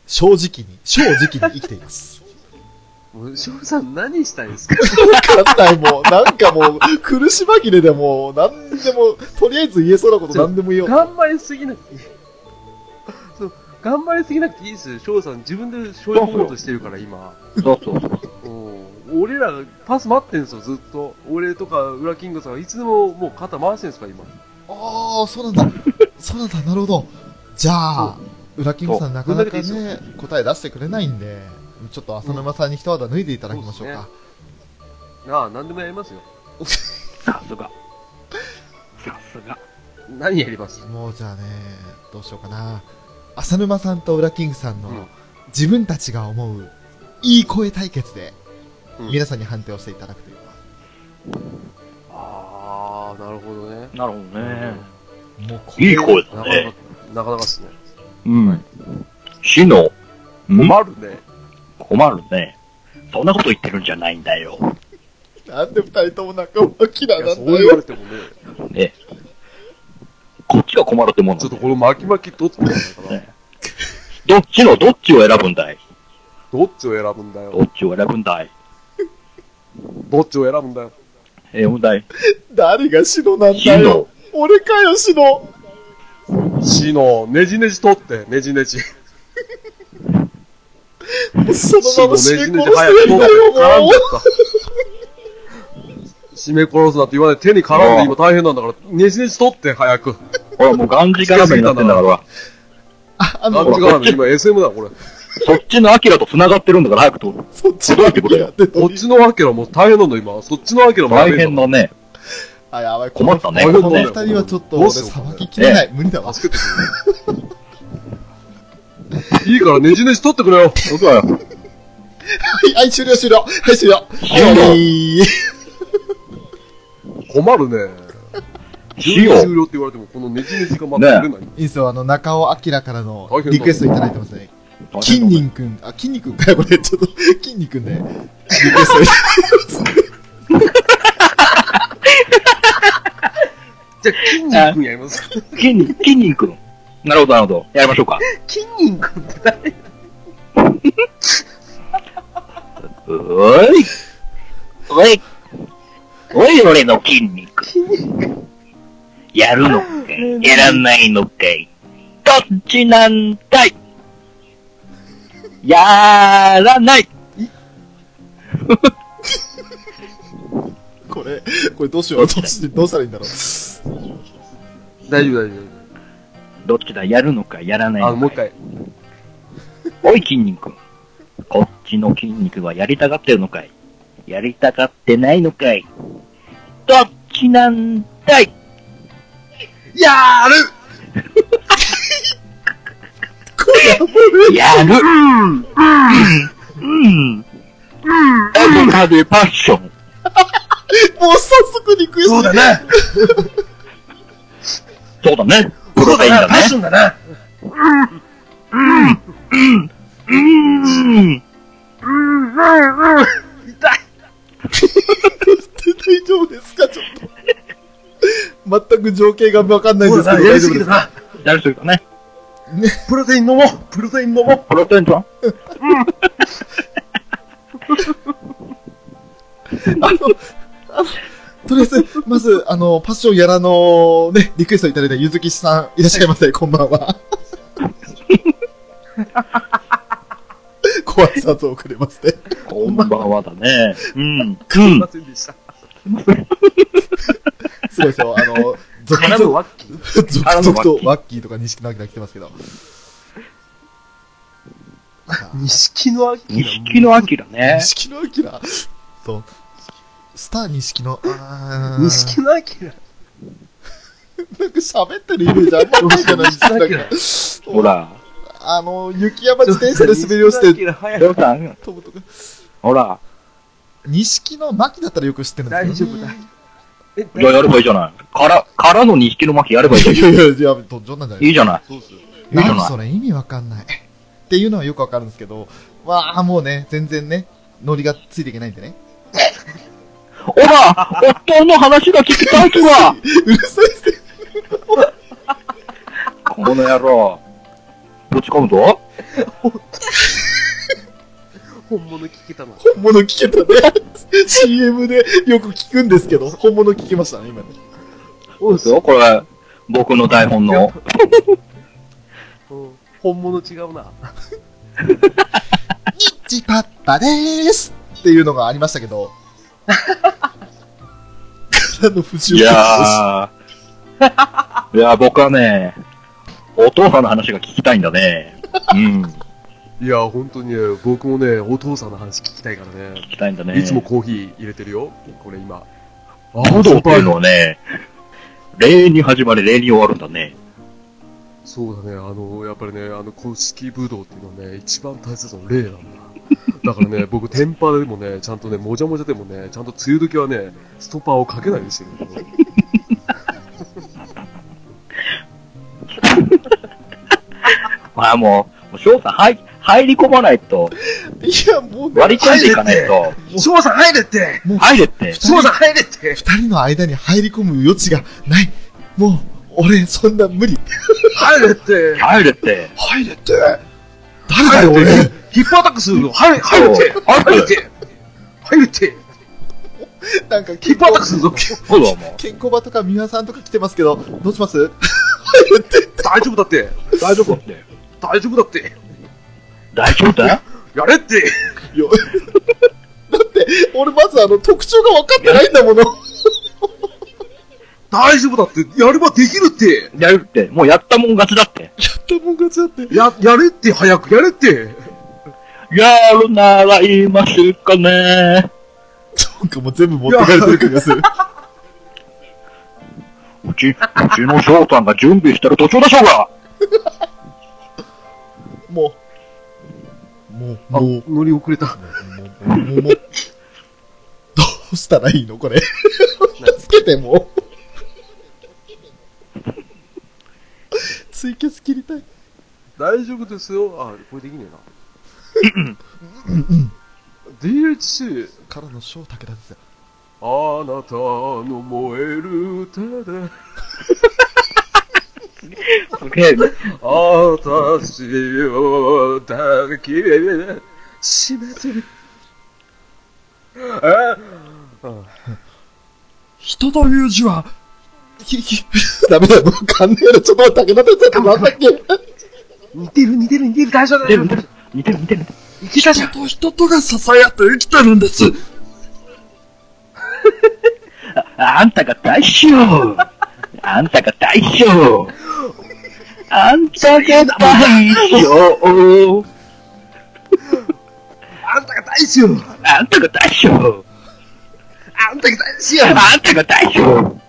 Speaker 2: 正直に、正直に生きています。
Speaker 3: もう、翔さん何したいんですか
Speaker 2: わかんない、もう。なんかもう、苦し紛れでもう、なんでも、とりあえず言えそうなことなんでも言おう。
Speaker 3: 頑張りすぎなくていい。そう、頑張りすぎなくていいですよ。翔さん自分で勝負ことしてるから今。
Speaker 4: そうそうそう。
Speaker 3: うん俺らパス待ってんすよ、ずっと。俺とか、裏キングさんはいつでももう肩回してんすから今。
Speaker 2: ああ、そうなんだ。そうなんだ、なるほど。じゃあ、裏キングさんなかなか
Speaker 3: そう
Speaker 2: ね、答え出してくれないんで、ちょっと浅沼さんに一肌脱いでいただきましょうか。
Speaker 3: ああ、何でもやりますよ。
Speaker 4: さすが。さすが。
Speaker 3: 何やります
Speaker 2: もうじゃあね、どうしようかな。浅沼さんと裏キングさんの、
Speaker 3: うん
Speaker 2: 自分たちが思う、いい声対決で、
Speaker 3: うん
Speaker 2: 皆さんに判定をしていただくというのは、
Speaker 3: ああ、なるほどね。
Speaker 4: なるほどね。
Speaker 2: もうこ
Speaker 4: いい声
Speaker 3: な
Speaker 4: だ
Speaker 3: かな
Speaker 4: ね
Speaker 3: か。、なかなかっすね。
Speaker 4: うん。死の、困
Speaker 3: るね。
Speaker 4: 困るね。そんなこと言ってるんじゃないんだよ。
Speaker 2: なんで二人とも仲間キラ
Speaker 3: い
Speaker 2: ーな
Speaker 3: や、そ
Speaker 2: ん
Speaker 3: う
Speaker 2: だ
Speaker 3: 言わ
Speaker 2: よ。
Speaker 3: れてもね、
Speaker 4: ね。こっちが困るってもんな
Speaker 3: ちょ
Speaker 4: ん
Speaker 3: っと
Speaker 4: だ
Speaker 3: この巻き巻きどっちなんだから、
Speaker 4: ねどっちのどっちを選ぶんだい
Speaker 3: どっちを選ぶんだ
Speaker 4: ど
Speaker 3: よ。
Speaker 4: っちを選ぶんだい
Speaker 3: どっちを選ぶんだよ。
Speaker 4: 選ぶんだい
Speaker 2: 誰が白なん
Speaker 4: 死
Speaker 2: だよ
Speaker 4: の。、
Speaker 2: 俺かよ、白。
Speaker 3: 死の、ねじねじ取って、ねじねじ。
Speaker 2: そ
Speaker 3: 死
Speaker 2: のまま
Speaker 3: のね
Speaker 2: 締
Speaker 3: じ
Speaker 2: め
Speaker 3: ね
Speaker 2: 殺
Speaker 3: じ
Speaker 2: して
Speaker 3: 早く
Speaker 2: るん
Speaker 3: 取っ
Speaker 2: だよ、
Speaker 3: て、絡ん
Speaker 2: も
Speaker 3: じ
Speaker 2: う。
Speaker 3: ゃった。締め殺すなって言わない手に絡んで今大変なんだから、ねじねじ取って早く。
Speaker 4: ほら、もうがんじがらめになってんだから。
Speaker 2: あ、あ
Speaker 3: あ
Speaker 2: の
Speaker 3: っち、側の今 SM だ、これ。
Speaker 4: そっちのアキラと繋がってるんだから早くと。
Speaker 2: そっちのアキラやって
Speaker 3: こっちのアキラも大変なんだ、今。そっちのアキラもやべ
Speaker 4: 大
Speaker 3: え
Speaker 4: 変
Speaker 3: な。
Speaker 4: だね。
Speaker 2: あ、やばい、
Speaker 4: 困ったね
Speaker 2: このこ
Speaker 3: 困
Speaker 2: の
Speaker 3: っ
Speaker 2: 二
Speaker 3: たね
Speaker 2: 人はちょっと
Speaker 3: ど
Speaker 2: 俺、
Speaker 3: うしよう
Speaker 2: さばききれない。無理だわ。
Speaker 3: 助けてくれ。いいからねじねじ取ってくれよ。
Speaker 4: そうだよ。
Speaker 2: はい、はい、終了、終了。はい、終了。
Speaker 4: 了
Speaker 2: はい。
Speaker 3: 困るね。
Speaker 4: 死
Speaker 3: 終
Speaker 4: よ
Speaker 3: 了。終了って言われても、このねじねじがまだ取れない。
Speaker 2: いいっすよ、あの、中尾明からの
Speaker 3: 大変だ
Speaker 2: リクエストいただいてますね。筋肉くん、あ、筋肉くんか よ、これ。ちょっと、筋肉くんで、リクエストい
Speaker 3: じゃあ、筋肉くんやります。
Speaker 4: 筋肉、筋肉の。なるほど、なるほど。やりましょうか。
Speaker 3: 筋肉くんって誰
Speaker 4: おい。おい。おい、俺の筋肉。やるのか いやらないのかいどっちなんだいやらない
Speaker 2: これ、これどうしよう。どうしどうしたらいいんだろう。
Speaker 3: 大丈夫、大丈
Speaker 4: どっちだやるのかやらない
Speaker 3: 夫。あ、
Speaker 4: の
Speaker 3: もう
Speaker 4: か
Speaker 3: 一回。
Speaker 4: おい、筋肉。こっちの筋肉はやりたがってるのかいやりたがってないのかいどっちなんだい
Speaker 3: やーる
Speaker 4: やるうんうんうんカでパッション
Speaker 2: もう早速リクエストいただいて
Speaker 3: ね。
Speaker 4: そうだね。プロテインだね。
Speaker 3: ンだな。
Speaker 4: うん。
Speaker 2: 大丈夫ですかちょっと。全く情景がわかんないんですけど、
Speaker 3: や
Speaker 2: 大
Speaker 3: り
Speaker 2: 丈
Speaker 3: す
Speaker 2: 夫
Speaker 3: ぎ
Speaker 2: です
Speaker 3: だ
Speaker 2: か
Speaker 3: な。
Speaker 4: やる人いたね。
Speaker 3: プロテイン飲もう。プロテイン飲もう。
Speaker 4: プロテインさ
Speaker 2: あの、あの とりあえず、まず、あの、パッションやらの、ね、リクエストいただいたゆずきさん、いらっしゃいませ、こんばんは。 ご挨拶を送れまして。
Speaker 4: んこんばんはだね。うん。うん。
Speaker 3: すいませんでした。
Speaker 2: すごいですよ、あの、続々
Speaker 3: 絡むワッキー。
Speaker 2: 続々とワッキーとか錦野明来てますけど。
Speaker 3: 錦の秋
Speaker 4: 錦野明ね。
Speaker 2: 錦野明そう。スター錦野、あー
Speaker 3: 錦の秋
Speaker 2: なんか喋ってるイメージあんまりないじゃないですか。なんか
Speaker 4: ほ。ら。
Speaker 2: あの、雪山自転車で滑り落ちて
Speaker 4: りょうさん、
Speaker 2: 飛ぶとか。
Speaker 4: ほら。
Speaker 2: 錦野巻だったらよく知ってるんで
Speaker 3: 大
Speaker 2: すけ
Speaker 3: 丈
Speaker 2: ど。
Speaker 3: 夫だ。
Speaker 4: いや、やればいいじゃない。から、からの錦野巻やればいいじゃん。
Speaker 2: いやいやいや、どんなんじゃない
Speaker 4: いいじゃない。
Speaker 3: そうっすよ。
Speaker 4: いいじゃ
Speaker 2: 何
Speaker 4: ない
Speaker 2: それ意味わかんない。っていうのはよくわかるんですけど、わあ、もうね、全然ね、ノリがついていけないんでね。
Speaker 4: ほら夫の話が聞きたいとは
Speaker 2: うるさいっすね
Speaker 4: この野郎。ぶち込むぞ。
Speaker 3: 本物聞けたな。
Speaker 2: 本物聞けたね。CM でよく聞くんですけど、本物聞けましたね、今ね。
Speaker 4: そうですよ、これ。僕の台本の。
Speaker 3: うん本物違うな。
Speaker 2: ニッチパッパでーすっていうのがありましたけど。からの不
Speaker 4: い
Speaker 2: 祥
Speaker 4: やー。いやー、僕はね、お父さんの話が聞きたいんだね。うん。聞
Speaker 3: いや、本当にね、僕もね、お父さんの話聞きたいからね。
Speaker 4: きたいんだね。
Speaker 3: いつもコーヒー入れてるよ。これ今。あ
Speaker 4: 武道っていうの
Speaker 3: の
Speaker 4: はね、礼に始まり礼に終わるんだね。
Speaker 3: そうだね、あの、やっぱりね、あの、公式武道っていうのはね、一番大切なの例なんだ。だから ね、僕、テンパでもね、ちゃんとね、もじゃもじゃでもね、ちゃんと梅雨時はね、ストッパーをかけないようにしてるんだよ。
Speaker 4: まあもう、もう翔さん入入り込まないと、
Speaker 2: いや、もうね、
Speaker 4: 割り込んでいかないと、
Speaker 3: 翔さん入れって
Speaker 4: 入れって。
Speaker 3: 翔さん入れ って
Speaker 2: 二人の間に入り込む余地がない。もう、俺、そんな無理。
Speaker 3: 入れって
Speaker 4: 入れって。
Speaker 2: 入れて誰だよ、俺。
Speaker 3: ヒップアタックするの入れ入れって入れって入れって
Speaker 2: なんか、
Speaker 3: ヒ
Speaker 2: 健
Speaker 3: ップアタ
Speaker 2: 康
Speaker 3: ックするぞ
Speaker 4: そうだも
Speaker 2: 健康場とか、三輪さんとか来てますけど、どうします
Speaker 3: 大丈夫だって
Speaker 4: う。大丈夫だって。
Speaker 3: 大丈夫だって
Speaker 4: 大丈夫だよ。
Speaker 3: やれって
Speaker 2: よ だって、俺まずあの、特徴が分かってないんだもの。
Speaker 3: 大丈夫だってやればできるって
Speaker 4: やるって。もうやったもん勝ちだって。
Speaker 2: やったもん勝ちだって。
Speaker 3: や、やれって早くやれって
Speaker 4: やるなら言いますかね。
Speaker 2: なんかもう全部持ってかれてる気がする。
Speaker 4: うち、うちの翔さんが準備してる途中でしょうが
Speaker 2: もう。もう、も
Speaker 3: あ、
Speaker 2: う、も
Speaker 3: 乗り遅れた。
Speaker 2: う、もう、もう、もうどうしたらいいのこれ。助けて、もう。ツイキャス切りたい。
Speaker 3: 大丈夫ですよ。あ、これできねえな。DHC、
Speaker 2: からの翔武田ですよ。
Speaker 3: あなたの燃える歌で、
Speaker 4: すげえ、
Speaker 3: あたしを抱きしめてる。ああ
Speaker 2: 人という字は、ひ、ひ、ダメだ、もう勘ねえな。ちょっと待って、武田哲也ってなんだっけ
Speaker 3: 似てる似てる似てる大丈夫
Speaker 4: 似
Speaker 3: だ
Speaker 4: て
Speaker 3: よ
Speaker 4: る似てる。似てる似てる。
Speaker 3: いけたじゃん
Speaker 2: 人と人とが支え合って生きてるんです。
Speaker 4: ああんたが大将。あんたが大将。あんたが大将。
Speaker 3: あんたが大将
Speaker 4: あんたが大将。
Speaker 3: あんたが大将
Speaker 4: あんたが大将。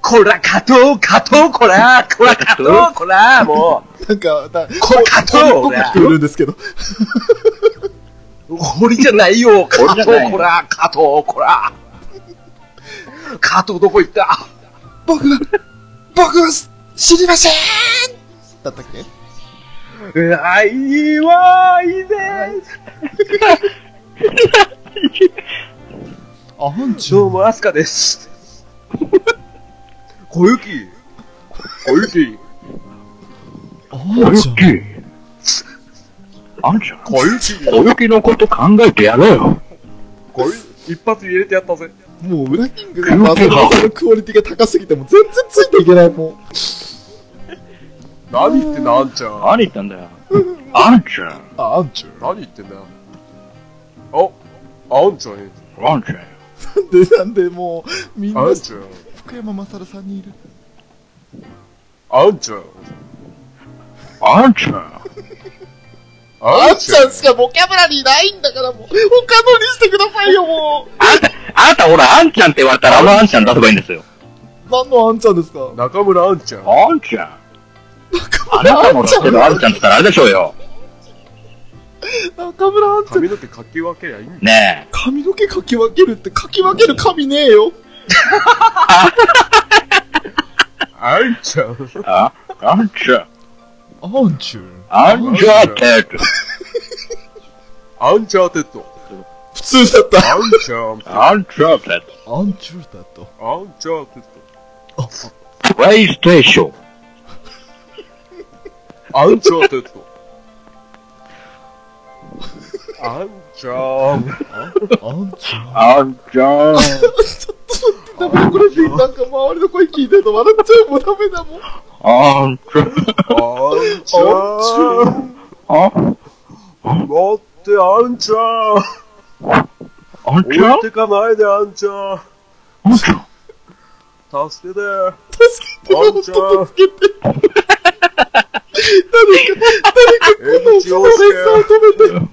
Speaker 3: こら、加藤加藤こらこら、加藤こらも
Speaker 2: なんか、だ
Speaker 3: う、こら、加藤
Speaker 2: 僕
Speaker 3: こら
Speaker 2: 聞こえるんですけど。
Speaker 3: 堀じゃないよ加
Speaker 4: 堀じゃない
Speaker 3: 藤こら加藤こら加藤どこ行った
Speaker 2: 僕は、僕は知りませんだったっけ
Speaker 3: 愛はいです
Speaker 2: あ、本中
Speaker 3: どうも、アスカです。小雪小雪
Speaker 2: あ、
Speaker 4: 小
Speaker 2: 本ちゃん。
Speaker 4: 雪。あんちゃん。
Speaker 3: 小雪
Speaker 4: 小雪のこと考えてやれよ。
Speaker 3: 小雪一発入れてやったぜ。
Speaker 2: もう、ウラキングが、まあ、そのそのクオリティが高すぎて、もう全然ついていけない、もう。
Speaker 3: 何言ってんだ、あんちゃん。
Speaker 4: 何言ったんだよ。あんちゃん。
Speaker 2: あ、アンチュ
Speaker 3: 何言ってんだよ。あ、あんちゃん。
Speaker 4: あんちゃんよ。
Speaker 2: なんで、なんで、もう、みんな
Speaker 3: あん、ちゃん。
Speaker 2: 福山雅治さんにいる。
Speaker 3: あんちゃん。
Speaker 4: あんちゃん。
Speaker 2: あんちゃんしかボキャブラリーないんだから、もう、他のにしてくださいよ、もう。
Speaker 4: あんた、あんたほら、あんちゃんって言われたらあのあんちゃん出せばいいんですよ。
Speaker 2: 何のあんちゃんですか
Speaker 3: 中村あんちゃん。
Speaker 4: あんちゃん。あなたの出せるあんちゃんって言ったらあれでしょうよ。
Speaker 2: 中村あんちゃん。
Speaker 3: 髪の毛かき分けりゃいいんだ。
Speaker 4: ねえ。
Speaker 2: 髪の毛かき分けるって、かき分ける髪ねえよ。
Speaker 3: あんちゃん。
Speaker 4: あ、あんちゃん。
Speaker 2: あんちゅん。
Speaker 4: アンジャーテッド。
Speaker 3: アンチャーテッド。
Speaker 2: 普通だった。
Speaker 3: アンチャーテッ
Speaker 4: アンジャーテッ
Speaker 2: あんちゅんだと。
Speaker 3: ド。アンチャーテッ
Speaker 4: ド。プレイステーション。
Speaker 3: ド。アンチャーテッド。アンチャー。
Speaker 2: あんちゅ ん。
Speaker 4: アンジャー、
Speaker 2: ダメだ、これでなんか周りの声聞いてると笑っちゃうもうダメだもん。
Speaker 4: アンジャー、
Speaker 3: アンチャー。
Speaker 4: あ
Speaker 3: 持ってあんちゃー。
Speaker 4: アンジャ
Speaker 3: 置い
Speaker 4: ー
Speaker 3: てかないであんちゃ
Speaker 4: アンジャー
Speaker 3: ー。助けて。あ
Speaker 2: 助けて、
Speaker 3: ん
Speaker 2: 本
Speaker 3: ちゃ
Speaker 2: 当
Speaker 3: ー
Speaker 2: 助けて。もうその連鎖を止
Speaker 3: 江口洋
Speaker 2: めて。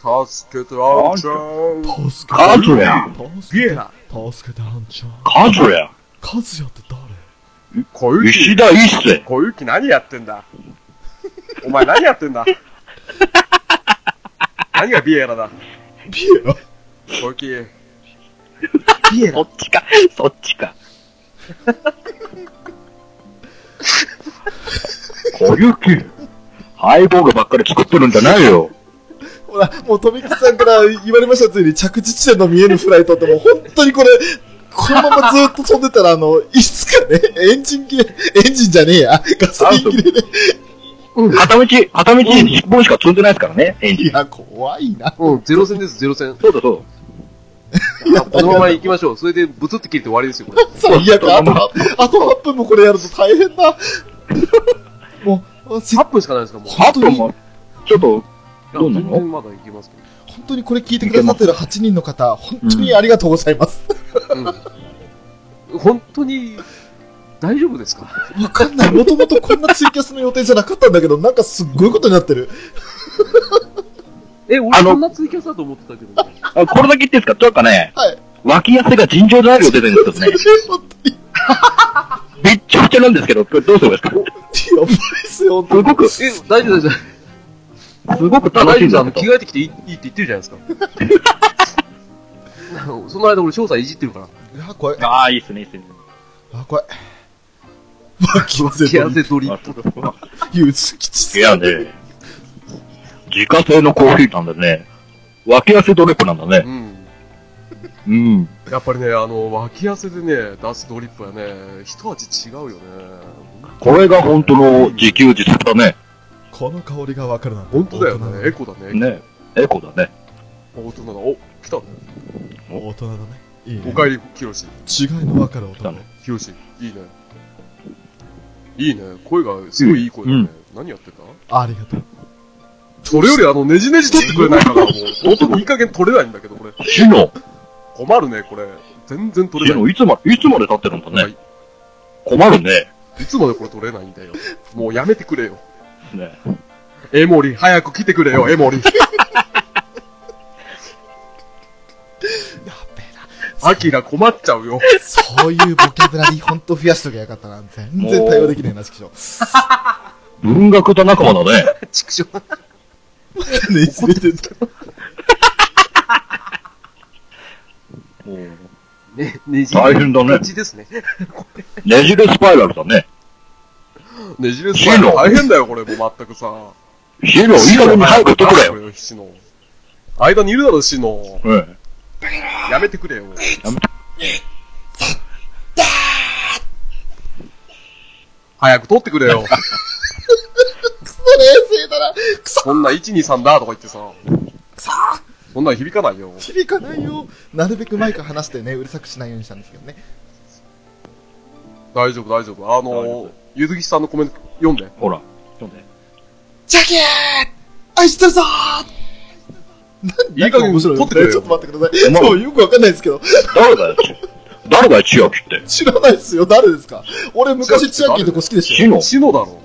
Speaker 3: 介。助けてあんちゃー。
Speaker 2: 助け
Speaker 4: カズレア。
Speaker 2: 助
Speaker 3: ゲ
Speaker 2: けて、
Speaker 3: ーラ。
Speaker 2: 助けて、あんちゃん。
Speaker 4: カズレア。
Speaker 2: カズヤって誰
Speaker 3: 小雪
Speaker 4: 石。田一世。
Speaker 3: 小雪何やってんだ。お前何やってんだ。何がビエラだ。
Speaker 2: ビエラ
Speaker 3: 小雪。
Speaker 2: ビエ
Speaker 4: そっちか、そっちか。小雪。ハイボールばっかり作ってるんじゃないよ。
Speaker 2: ほら、もう富木さんから言われました、ついに着地地点の見えぬフライトって、もう本当にこれ、このままずっと飛んでたら、あの、いつかね、エンジン切れ、エンジンじゃねえや、ガソリン切れで。
Speaker 4: 片道、片道10本しか積んでないですからね、エン
Speaker 2: い
Speaker 4: ジン。
Speaker 2: や、怖いな。
Speaker 3: うん、ゼロ戦です、ゼロ戦。
Speaker 4: そうだそう。
Speaker 3: このまま行きましょう。それでブツって切れて終わりですよ、これ。
Speaker 2: 最悪、あと、あと8分もこれやると大変だ。もう、せ
Speaker 3: 8分しかないですから、もう。
Speaker 4: あとも、ちょっと、どう
Speaker 3: い
Speaker 4: な
Speaker 3: や
Speaker 4: の
Speaker 3: 全然まだ行けますけ
Speaker 2: 本当にこれ聞いてくださってる8人の方、本当にありがとうございます。
Speaker 3: ど。うん。本当に、大丈夫ですか
Speaker 2: わかんない。もともとこんなツイキャスの予定じゃなかったんだけど、なんかすっごいことになってる。
Speaker 3: え、俺
Speaker 4: あの
Speaker 3: そんなツイキャスだと思ってたけどね。
Speaker 4: あこれだけ言っていいですかというかね、
Speaker 2: はい。
Speaker 4: 脇汗が尋常じゃない量出てるんですけどね。
Speaker 2: 本当に。
Speaker 4: めっちゃくちゃなんですけど、これどうすればいいですか
Speaker 2: やばいっすよ、
Speaker 4: す
Speaker 2: 本
Speaker 4: ごく、す
Speaker 3: え、大丈夫大丈夫。
Speaker 4: ごく
Speaker 3: あ
Speaker 4: 楽
Speaker 3: 大
Speaker 4: しい
Speaker 3: 丈
Speaker 4: ん
Speaker 3: 夫あ
Speaker 4: だ
Speaker 3: の
Speaker 4: け
Speaker 3: 着
Speaker 4: ど。
Speaker 3: 替えてきていいいいって言ってるじゃ ないですか。その間俺、翔さんいじってるから。
Speaker 2: 当に。あ、怖い。
Speaker 4: ああ、いいっすね、いいっすね。
Speaker 2: あ、怖い。バキ汗
Speaker 3: 気
Speaker 2: と
Speaker 3: 汗ドリ
Speaker 4: あ
Speaker 3: ッ
Speaker 4: そう
Speaker 3: プ。
Speaker 4: そう
Speaker 2: ゆうすきち
Speaker 4: いやね、自家製のコーヒーなんだね。脇汗ドリップなんだね
Speaker 3: う。ん。
Speaker 4: うん。
Speaker 3: やっぱりね、あの、脇汗でね、出すドリップはね、一味違うよね。
Speaker 4: これが本当の自給自足だね。
Speaker 2: この香りがわかるな。
Speaker 3: 本当だよね。エ
Speaker 2: 大人
Speaker 3: コだね。
Speaker 4: ね。エコだね。
Speaker 3: 大人だ。お、来たね。
Speaker 2: だね。大人だね。いいね。
Speaker 3: おかえり、きろし。
Speaker 2: 違いのわかる大人
Speaker 4: だね。
Speaker 3: きろし、いいね。いいね。声が、すごいいい声だね。
Speaker 4: うん
Speaker 3: 何やってた
Speaker 2: ありがとう。
Speaker 3: それよりあの、ねじねじ取ってくれないから、もう、本当にいい加減取れないんだけど、これ。
Speaker 4: シノ、
Speaker 3: 困るね、これ。全然取
Speaker 4: シ
Speaker 3: れない
Speaker 4: ノ、。いつま、いつまで経ってるんだ
Speaker 3: は
Speaker 4: ね
Speaker 3: い。
Speaker 4: 困るね。
Speaker 3: いつまでこれ取れないんだよ。もうやめてくれよ。
Speaker 4: ね。
Speaker 3: エモリ、早く来てくれよ、エモリ。
Speaker 2: やっべ
Speaker 3: アキラ困っちゃうよ。
Speaker 2: えな。そういうボキャブラリーほんと増やしときゃよかったな。全然対応できないな、ちくしょ う。
Speaker 4: 文学と仲間だね。
Speaker 3: 畜生。
Speaker 2: ねじれてた。
Speaker 4: もう
Speaker 3: ね、ねじ
Speaker 4: 大変だね
Speaker 3: ねじですね。
Speaker 4: ねじれスパイラルだね。
Speaker 3: ねじです
Speaker 4: シロ
Speaker 3: 大変だよ、これ、もう全くさ。
Speaker 4: シノ、いい加減に早く取ってくれよ。
Speaker 3: よ。シノ。間にいるだろ、シノ。
Speaker 4: うん。
Speaker 3: やめてくれよ。
Speaker 4: やめ
Speaker 3: 早く取ってくれよ。
Speaker 2: くそ冷静だな。くそ
Speaker 3: そんな123だとか言ってさ。
Speaker 2: くそ
Speaker 3: そんなん響かないよ。
Speaker 2: 響かないよ。なるべくマイク離してね、うるさくしないようにしたんですけどね。
Speaker 3: 大丈夫、大丈夫。あ
Speaker 4: 大
Speaker 3: の
Speaker 4: 丈
Speaker 3: ー、ゆずきさんのコメント読んで。
Speaker 4: ほら。読んで
Speaker 2: ジャケー愛してるぞー
Speaker 3: いい加減撮ってくれよ
Speaker 2: ちょっと待ってください。
Speaker 4: お前
Speaker 2: もうよくわかんないですけど、
Speaker 4: 誰だよ、ち誰だよ、千秋って。
Speaker 2: 知らないですよ。誰ですか俺昔千秋のとこ好きでした
Speaker 4: シ
Speaker 2: よ。
Speaker 4: ノ、
Speaker 3: シノだろ。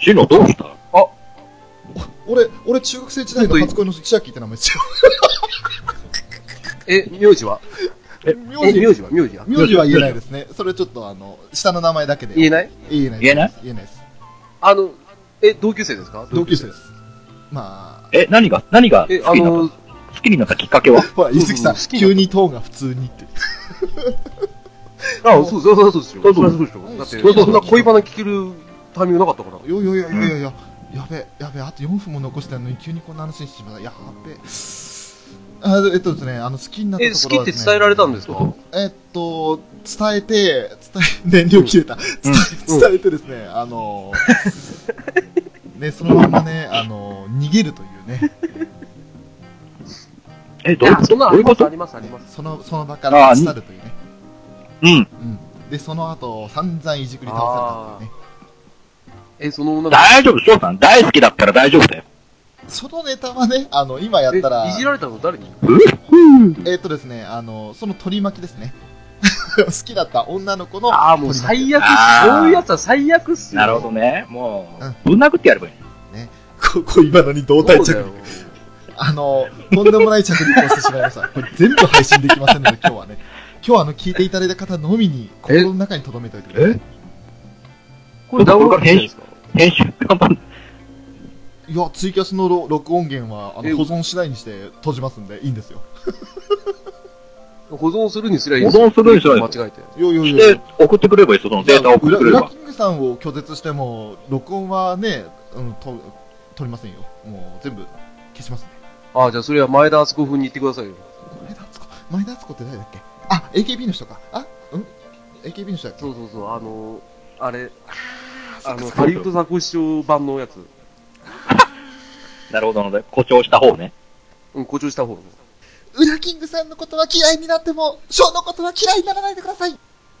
Speaker 4: シノどうした
Speaker 2: 俺、俺中学生時代の初恋の千秋って名前ですよ。
Speaker 3: え、名字は
Speaker 2: 名
Speaker 3: え、
Speaker 2: 字、
Speaker 3: 名字は名字は
Speaker 2: 名字は言えないですね。それちょっとあの、下の名前だけで。
Speaker 3: 言え
Speaker 2: ない。
Speaker 3: ない
Speaker 2: 言えない。
Speaker 4: 言えない
Speaker 2: 言えないです。
Speaker 3: あの、え、同級生ですか
Speaker 2: 同級生です。ま
Speaker 4: え、何が、何が好き
Speaker 3: え
Speaker 4: に、
Speaker 3: あ
Speaker 4: なっ
Speaker 3: の、
Speaker 4: た好きになったきっかけは
Speaker 2: あ、ほら、ゆずきさん、
Speaker 3: そうそう好きな
Speaker 2: 急にトーンが普通にって。
Speaker 3: あ、そうそうそうそうですよ。
Speaker 4: そ
Speaker 3: そうう
Speaker 4: そ
Speaker 3: そう
Speaker 4: う
Speaker 3: ですよ。だって、
Speaker 2: そうそう
Speaker 3: そんな恋バナ聞けるタイミングなかったから。
Speaker 2: よいよいよいよいよいよ。やべ、やべ、あと4分も残してるのに急にこんな話にしてしまった。やっべ。あえっとですね、あの、好きになった
Speaker 3: え、
Speaker 2: ところ
Speaker 3: 好
Speaker 2: は
Speaker 3: き
Speaker 2: で
Speaker 3: って
Speaker 2: すね
Speaker 3: 伝えられたんですか
Speaker 2: えっと、伝えて、伝え、 燃料切れた。伝え、伝えてですね、あの、ね、そのままね、あの、逃げるというね、
Speaker 4: え、どう
Speaker 3: そんな
Speaker 4: どういうこと
Speaker 3: あります、あります。
Speaker 2: その、その場から立ち去るというね。
Speaker 4: うん。
Speaker 2: うん。で、その後、散々いじくり倒されたというね。
Speaker 3: え、その女の子
Speaker 4: 大丈夫、翔さん。大好きだったら大丈夫だよ。
Speaker 2: そのネタはね、あの、今やったら
Speaker 3: え、いじられたの誰に
Speaker 2: えっとですね、あの、その取り巻きですね。 好きだった女の子の
Speaker 3: ああ、もう
Speaker 2: 取り巻き
Speaker 3: 最悪っ
Speaker 4: あ
Speaker 3: す。
Speaker 4: ー
Speaker 3: そういうやつは最悪っすよ。
Speaker 4: なるほどね。も
Speaker 2: うん
Speaker 4: う、ぶん殴ってやればいい。
Speaker 2: ここ今のに胴体
Speaker 3: そうだ
Speaker 2: 着
Speaker 3: よ
Speaker 2: 陸。あの、とんでもない着陸をしてしまいました。これ全部配信できませんので、今日はね。今日はあの、聞いていただいた方のみに、心
Speaker 3: え
Speaker 2: の中に留めておいてくださ
Speaker 3: これダウンロードしてるんですか
Speaker 4: 編集頑張ん
Speaker 2: い。いや、ツイキャスの録録音源は、あ
Speaker 3: え
Speaker 2: の、保存しないにして閉じますんで、いいんですよ。
Speaker 3: 保存するにすりゃいい
Speaker 4: 保
Speaker 3: んですよ
Speaker 4: 存するにしない
Speaker 3: 間違えて。
Speaker 2: よいよいよい
Speaker 4: で
Speaker 2: よ。、
Speaker 4: 送ってくればいい、そのデータを送って
Speaker 2: 裏
Speaker 4: くれ
Speaker 2: 裏
Speaker 4: ば
Speaker 2: キ。ングさんを拒絶しても、録音はね、うん、と、取りませんよ。もう、全部、消しますね。
Speaker 3: ああ、じゃあそれは前田敦子風に言ってくださいよ。
Speaker 2: 前田敦子、前田敦子って誰だっけあ、AKB の人か。あ、うん ?AKB の人だっけ
Speaker 3: そうそうそう、あの、あれ、あ
Speaker 2: そっ
Speaker 3: の、
Speaker 2: か
Speaker 3: ハリウッドザコシショウ版のやつ。
Speaker 4: なるほどなので、誇張した方ね。
Speaker 3: うん、誇張した方の。
Speaker 2: 裏キングさんのことは嫌いになっても、ショーのことは嫌いにならないでください。
Speaker 3: い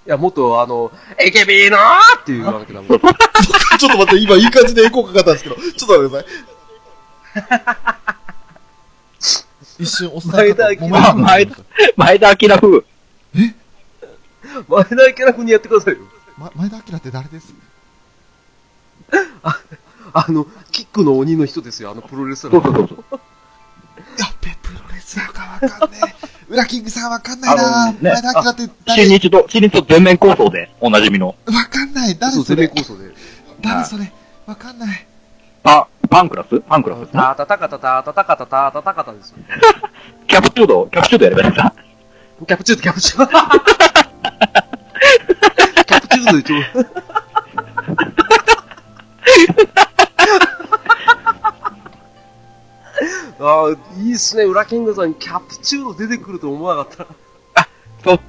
Speaker 3: や、もっと、あの、AKB のーって言わなきゃダメ だ。
Speaker 2: ちょっと待って、今いい感じでエコーかかったんですけど、ちょっと待ってください。 一瞬おっさんかと
Speaker 3: 前
Speaker 2: もめそうになっちゃ
Speaker 4: 前田
Speaker 2: いました、
Speaker 4: 前田明風。
Speaker 3: 前田明君にやってくださいよ。
Speaker 2: ま前田明って誰です
Speaker 3: あの、キックの鬼の人ですよ、あのプロレスラ
Speaker 4: そうそ
Speaker 3: ー。
Speaker 4: うそうそう。
Speaker 2: わかんねえ。裏キングさんわかんないな
Speaker 4: あのね
Speaker 2: 前田明って誰
Speaker 4: 新日と、新日と全面構想で、おなじみの。
Speaker 2: わかんない。誰
Speaker 3: そう、
Speaker 2: そ
Speaker 3: 生命
Speaker 2: れ
Speaker 3: 構想で。
Speaker 2: 誰それわかんない。
Speaker 4: パ、パンクラスパンクラスですね
Speaker 3: たたたかたたたたかたたたたかたですよ。
Speaker 4: キャプチュード、キャプチュードやればいいんだ。
Speaker 3: キャプチュード、キャプチュード。キャプチュードでちょうど。ああ、いいっすね、裏キングさん、キャプチュード出てくると思わなかった。
Speaker 4: そう、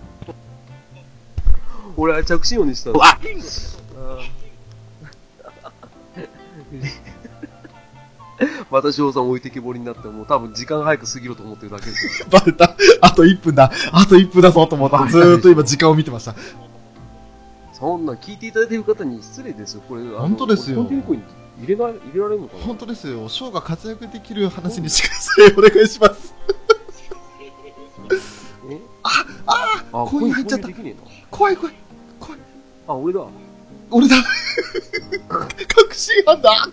Speaker 3: 俺、あれ着信音にしたの。
Speaker 4: あ、
Speaker 3: あーまた翔さん置いてけぼりになって、もう多分時間早く過ぎろと思ってるだけですよ。
Speaker 2: バレた。あと1分だ。あと1分だぞと思って、ずーっと今時間を見てました。
Speaker 3: そんな聞いていただいてる方に失礼ですよ。これ、あの
Speaker 2: 本当ですよ
Speaker 3: コンテンツ以降に入れな入れられるのかな
Speaker 2: 本当ですよ。ショーが活躍できる話にしてくださ い。お願いします。
Speaker 3: えあ、
Speaker 2: あ
Speaker 3: こ
Speaker 2: 購
Speaker 3: ういう
Speaker 2: 入入っちゃった
Speaker 3: 購入できねえな
Speaker 2: 怖い怖い。怖い。
Speaker 3: あ、俺だ。
Speaker 2: 俺だ。確信犯だ。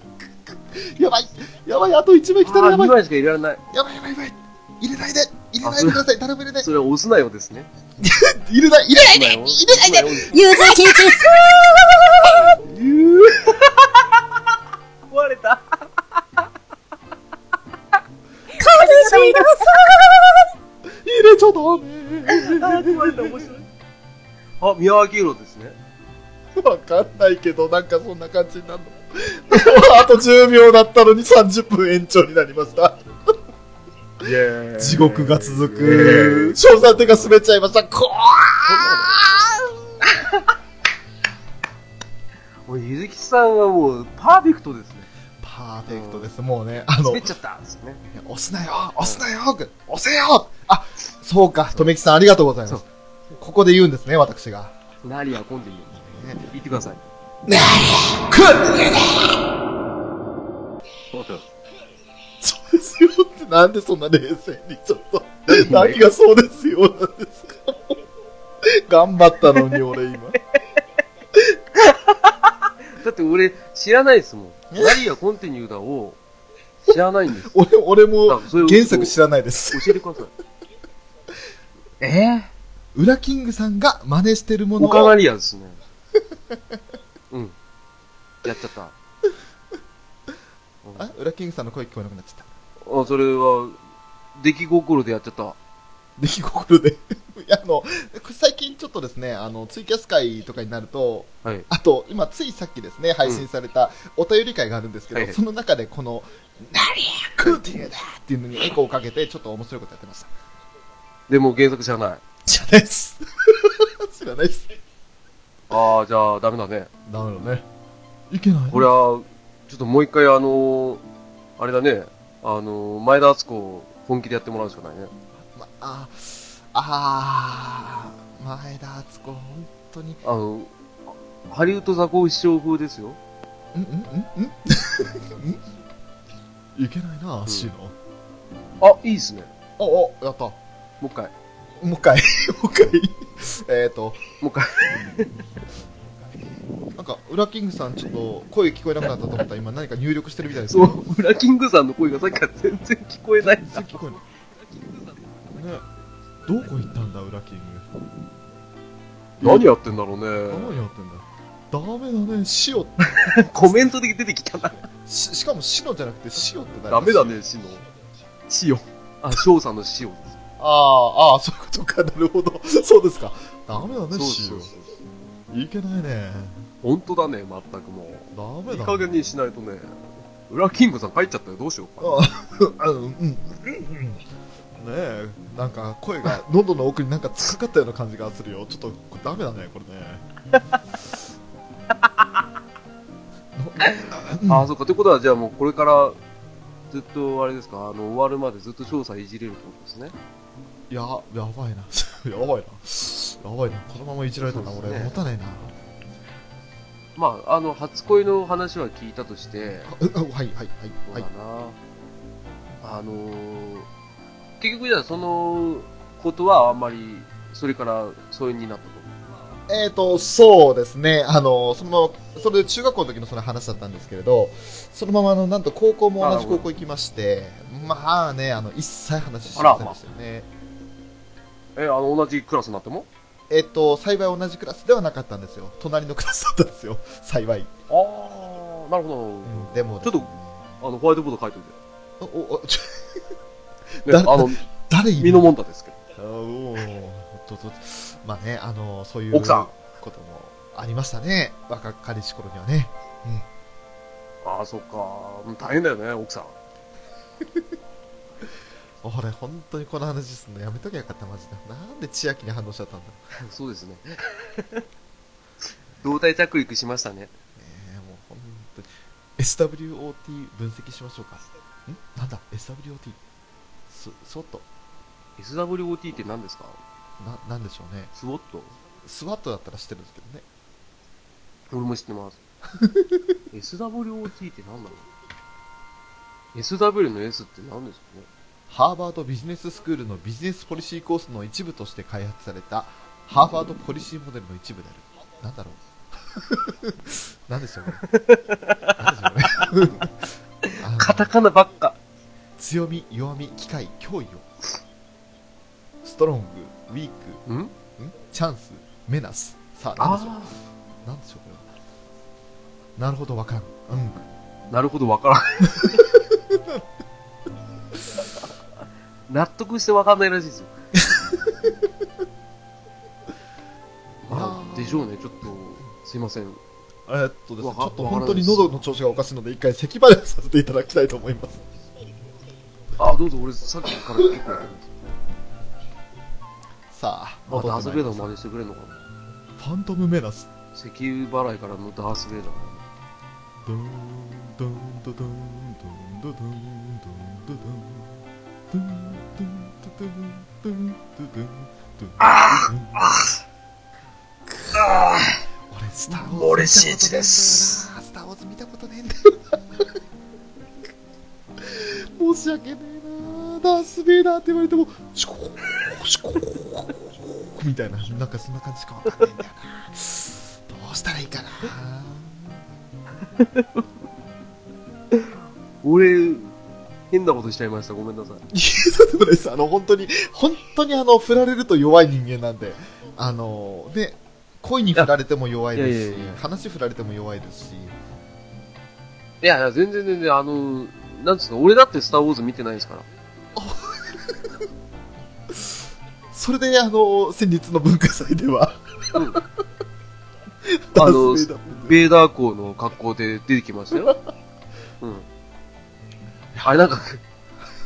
Speaker 2: やばい。やばい。あと1枚来たら
Speaker 3: あ、
Speaker 2: やば
Speaker 3: 2
Speaker 2: い。やばい
Speaker 3: 枚しか入れられない。
Speaker 2: やばいやばい。入れないで。入れないでください。誰も入れない。
Speaker 3: それは押すなよですね。
Speaker 2: 入れない。入れないで。
Speaker 3: 入れ
Speaker 2: 入れないで。
Speaker 1: ゆずきち
Speaker 3: ゆー壊れた。
Speaker 2: 入れちゃダメ。
Speaker 3: あ、壊れた。面白い。あ、宮脇色ですね。
Speaker 2: わかんないけど、なんかそんな感じになるの。あと10秒だったのに30分延長になりました。地獄が続く。翔さん手が滑っちゃいました。こ
Speaker 3: もうゆずきさんはもう、パーフェクトですね。
Speaker 2: パーフェクトです。もうね、あの
Speaker 3: 滑っ、ちゃったですね。
Speaker 2: 押すなよ押すなよ押せよあ、そうか、とめきさんありがとうございます。ここで言うんですね、私が。
Speaker 3: なりやこんでいいよ。ね言ってください。
Speaker 2: く
Speaker 4: そうそう。
Speaker 2: そうですよって、なんでそんな冷静に、ちょっと。何がそうですよなんですか。頑張ったのに、俺今。
Speaker 3: だって俺、知らないですもん。ナリアコンティニューだを、知らないんです。
Speaker 2: 俺、俺
Speaker 3: あ
Speaker 2: も
Speaker 3: それを
Speaker 2: 原作知らないです。
Speaker 3: 教えてください。えぇ、
Speaker 2: 裏キングさんが真似してるもの
Speaker 3: オカナ
Speaker 2: を、
Speaker 3: リアですね。うん。やっちゃった。うん
Speaker 2: あ裏キングさんの声聞こえなくなっちゃった。
Speaker 3: あ、それは、出来心でやっちゃった。
Speaker 2: 出来心で。いや、あの、最近ちょっとですね、あの、ツイキャス会とかになると、
Speaker 3: はい。
Speaker 2: あと、今、ついさっきですね、配信されたお便り会があるんですけど、
Speaker 3: はいはい
Speaker 2: その中でこの、ナリアクーティーだっていうのにエコーをかけて、ちょっと面白いことやってました。
Speaker 3: でも原作知らない。
Speaker 2: 知らないっす。 知らないっす。
Speaker 3: ああ、じゃあ、ダメだね。
Speaker 2: ダメだね。いけない。
Speaker 3: これは、ちょっともう一回、あのー、あれだね。あのー、前田敦子を本気でやってもらうしかないね。
Speaker 2: まあ、ああ、前田敦子、本当に。
Speaker 3: あの、ハリウッドザコシショウ風ですよ。
Speaker 2: んんんんんいけないな、
Speaker 3: ん
Speaker 2: 足の。
Speaker 3: あ、いいですね。
Speaker 2: お、お、やった。も
Speaker 3: もう一回。も
Speaker 2: う一回、 もう一回。えっと、
Speaker 3: う一回。
Speaker 2: なんか、ウラキングさん、ちょっと声聞こえなくなったと思った ら、今何か入力してるみたいですけ
Speaker 3: そ
Speaker 2: ど
Speaker 3: う、裏キングさんの声がさっきから全然聞こえないんだ。
Speaker 2: 全然聞こえない。ねどこ行ったんだ、ウラキング。
Speaker 3: 何やってんだろう
Speaker 2: 何
Speaker 3: ね。
Speaker 2: やってんだ。ダメだね、シオ。
Speaker 3: コメントで出てきたな。
Speaker 2: ししかもシノじゃなくてシオって誰
Speaker 3: ダメだ。ね、シの。シオ。あ、ショウさんのシオです。
Speaker 2: ああ、ああ、そういうことか、なるほど。そうですか。ダメだね、シ
Speaker 3: そうそうそう
Speaker 2: オ。いけないね。
Speaker 3: 本当だね、全くも
Speaker 2: ダ
Speaker 3: う。い
Speaker 2: メ
Speaker 3: い
Speaker 2: だ、ね。
Speaker 3: 加減にしないとね。裏キングさん帰っちゃったよ。どうしようか。
Speaker 2: あうん、うん、うん。ねえ、なんか声が喉の奥になんか突っかかったような感じがするよ。ちょっとこれダメだね、これね。
Speaker 3: ああ、そうか。ということは、じゃあもうこれから、ずっと、あれですか、あの、終わるまでずっと翔さんいじれるってことですね。
Speaker 2: や、やばいな。 やばいな。やばいな。このままいじられたら
Speaker 3: そう
Speaker 2: 俺、
Speaker 3: ですね
Speaker 2: 持たないな。
Speaker 3: まあ、あの、初恋の話は聞いたとして、
Speaker 2: あうあはい、はい、
Speaker 3: そ
Speaker 2: はい。
Speaker 3: う
Speaker 2: は
Speaker 3: だ
Speaker 2: い、
Speaker 3: な、あのー結局じゃあそのことはあんまりそれから疎遠になったと
Speaker 2: えっ、と、そうですね。あの、そのまま、それで中学校の時のその話だったんですけれど、そのまま、あの、なんと高校も同じ高校行きまして、まあね、あの、一切話しませんでしたよね。
Speaker 3: え、あの、同じクラスになっても
Speaker 2: えっ、と、幸い同じクラスではなかったんですよ。隣のクラスだったんですよ。 幸い。
Speaker 3: ああ、なるほど。
Speaker 2: うんでもです
Speaker 3: ち
Speaker 2: ね、
Speaker 3: ょっあの、ホワイトボード書いとい
Speaker 2: おおちょ
Speaker 3: て。ね、
Speaker 2: だ
Speaker 3: あの、
Speaker 2: 誰い
Speaker 3: 身
Speaker 2: る
Speaker 3: のもんだですけど。
Speaker 2: あおーちょっと まあね、あの、そういう
Speaker 3: 奥さん
Speaker 2: こともありましたね。若かりし頃にはね。
Speaker 3: ああ、そっか。うん大変だよね、奥さん。
Speaker 2: 俺、本当にこの話すんのやめときゃよかった、マジで。なんで千秋に反応しちゃったんだ。
Speaker 3: そう ですね。胴体着陸しましたね。
Speaker 2: えー、もう本当に。SWOT 分析しましょうか。んなんだ ?SWOT? そ、そっと。
Speaker 3: SWOT って何ですか
Speaker 2: な、なんでしょうね。
Speaker 3: スウォット
Speaker 2: スワットだったら知ってるんですけどね。
Speaker 3: 俺も知ってます。SWOT って何だろう ?SW の S って何ですかね
Speaker 2: ハーバードビジネススクールのビジネスポリシーコースの一部として開発されたハーバードポリシーモデルの一部である。なんだろう なんでしょうね。なんでしょうね。 あの
Speaker 3: カタカナばっか。
Speaker 2: 強み、弱み、機会、脅威を。ストロング、ウィーク、
Speaker 3: ん
Speaker 2: んチャンス、メナス。さあ、なんでしょ
Speaker 3: あ
Speaker 2: うなんでしょうこれは。なるほど、わからん。うん。
Speaker 3: あ、なるほど、わからない。 納得してわかんないらしいです よ。あ
Speaker 2: いやー
Speaker 3: でしょうね、ちょっと、すいません。
Speaker 2: えーっとですね、
Speaker 3: わ
Speaker 2: ち
Speaker 3: か
Speaker 2: ょっと本当に喉の調子がおかしいので、一回咳払いをさせていただきたいと思います。
Speaker 3: あ、どうぞ、俺、さっきから結構やってます。
Speaker 2: さあ、
Speaker 3: あ、ダースベイダー
Speaker 2: フ
Speaker 3: の真似してくれるのかな
Speaker 2: ァントムメナス。
Speaker 3: 石油払いからのダースベイダー。
Speaker 2: ドーン、ドーン、ドドーン、ドーン、ドドーン、ドーン、ドドーン。ドゥン、ドゥン、ドゥン、ドゥン、ドゥン、ドゥン、ドゥン。ああ俺、スターウォーズ見たことねえんだよな。
Speaker 4: 俺シーチです
Speaker 2: スターウォーズ見たことねえんだよな。申し訳ねえな。ダース・ベイダーって言われても、シュコー、シュコー、みたいな、なんかそんな感じしかわかんないんだよな。どうしたらいいかな。
Speaker 3: 俺、変なことしちゃいました。ごめんなさい。
Speaker 2: いや、とんでもないです。あの、本当に、本当にあの、振られると弱い人間なんで、あの、ね、恋に振られても弱いですし、
Speaker 3: いやいやいやいや
Speaker 2: 話振られても弱いですし、
Speaker 3: いやいや、全然全然、あの、なんつうの、俺だってスター・ウォーズ見てないですから。
Speaker 2: それで、あの、先日の文化祭では、
Speaker 3: うん。
Speaker 2: ダ
Speaker 3: あ
Speaker 2: ー
Speaker 3: の
Speaker 2: スベイダー
Speaker 3: ベーダー校の格好で出てきましたよ。うん。あれ、なんか、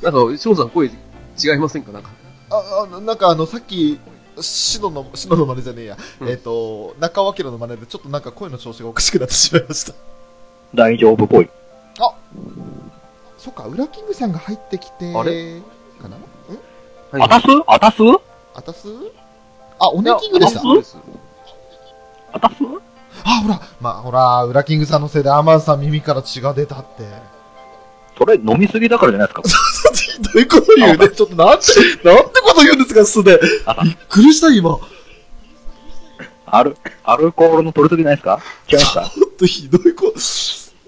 Speaker 3: なんか、翔さん声違いませんかなんか。
Speaker 2: ああ、なんかあの、さっき、シノの、シノの真似じゃねえや、
Speaker 3: うん
Speaker 2: えっ、と、中尾明の真似で、ちょっとなんか声の調子がおかしくなってしまいました。
Speaker 4: 大丈夫っぽい。
Speaker 2: そっか、ウラキングさんが入ってきて、
Speaker 3: あ
Speaker 2: かな
Speaker 3: はい
Speaker 4: あたすあたす
Speaker 2: あたすあ、オネキングでした
Speaker 3: いや。そうです
Speaker 4: あたす
Speaker 2: あ、ほら、まあ、ほら、ウラキングさんのせいでアマンさん耳から血が出たって。
Speaker 4: それ飲みすぎだからじゃないですか。
Speaker 2: どういうこと言うね。ちょっとなんて、 なんてこと言うんですか、素で。
Speaker 4: あ
Speaker 2: びっくりした、今。
Speaker 4: アル、アルコールの取りすぎないですか違いま した。
Speaker 2: ちょっとひどいこと。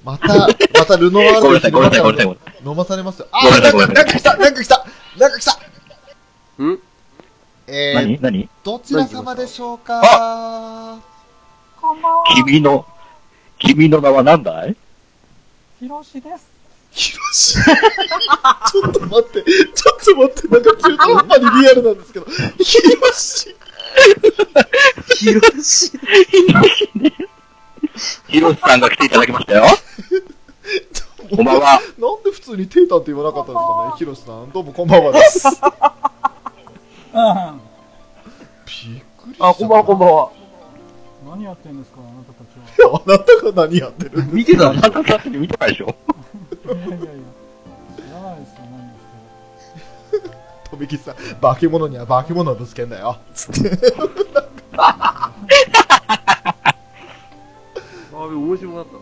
Speaker 2: また、またルノワー
Speaker 4: ごめ
Speaker 2: ル
Speaker 4: んなさい、ごめんなさい、ごめんなさい、ごめんなさい。
Speaker 2: 飲まされますよ。
Speaker 4: ごめ
Speaker 2: あ、
Speaker 4: んなさい
Speaker 2: なんか、なんか来た、なんか来た、なんか来た。
Speaker 3: ん
Speaker 2: えー、
Speaker 4: 何何
Speaker 2: どちら様でしょうか
Speaker 4: 君の、君の名は何だい
Speaker 2: 広し。ちょっと待って、ちょっと待って、なんか中途半端にリアルなんですけど、広し。
Speaker 3: 広し。
Speaker 4: ヒロシさんが来ていただきましたよ。こんばんは。
Speaker 2: なんで普通にテータンって言わなかったんですかね、ヒロシさん。どうもこんばんはです。
Speaker 5: あ
Speaker 2: びっくりした。
Speaker 3: あ、こんばんは、こんばんは。
Speaker 5: あ何やってんですか、あなたたちは。
Speaker 2: あなたが何やってる
Speaker 3: 見てた
Speaker 4: あなたさっき見てたでしょ
Speaker 5: いやいやいや、知らないですよ、何です
Speaker 2: とびきさん、化け物には化け物をぶつけんだよ。つ って。
Speaker 3: あ、面白くなったな。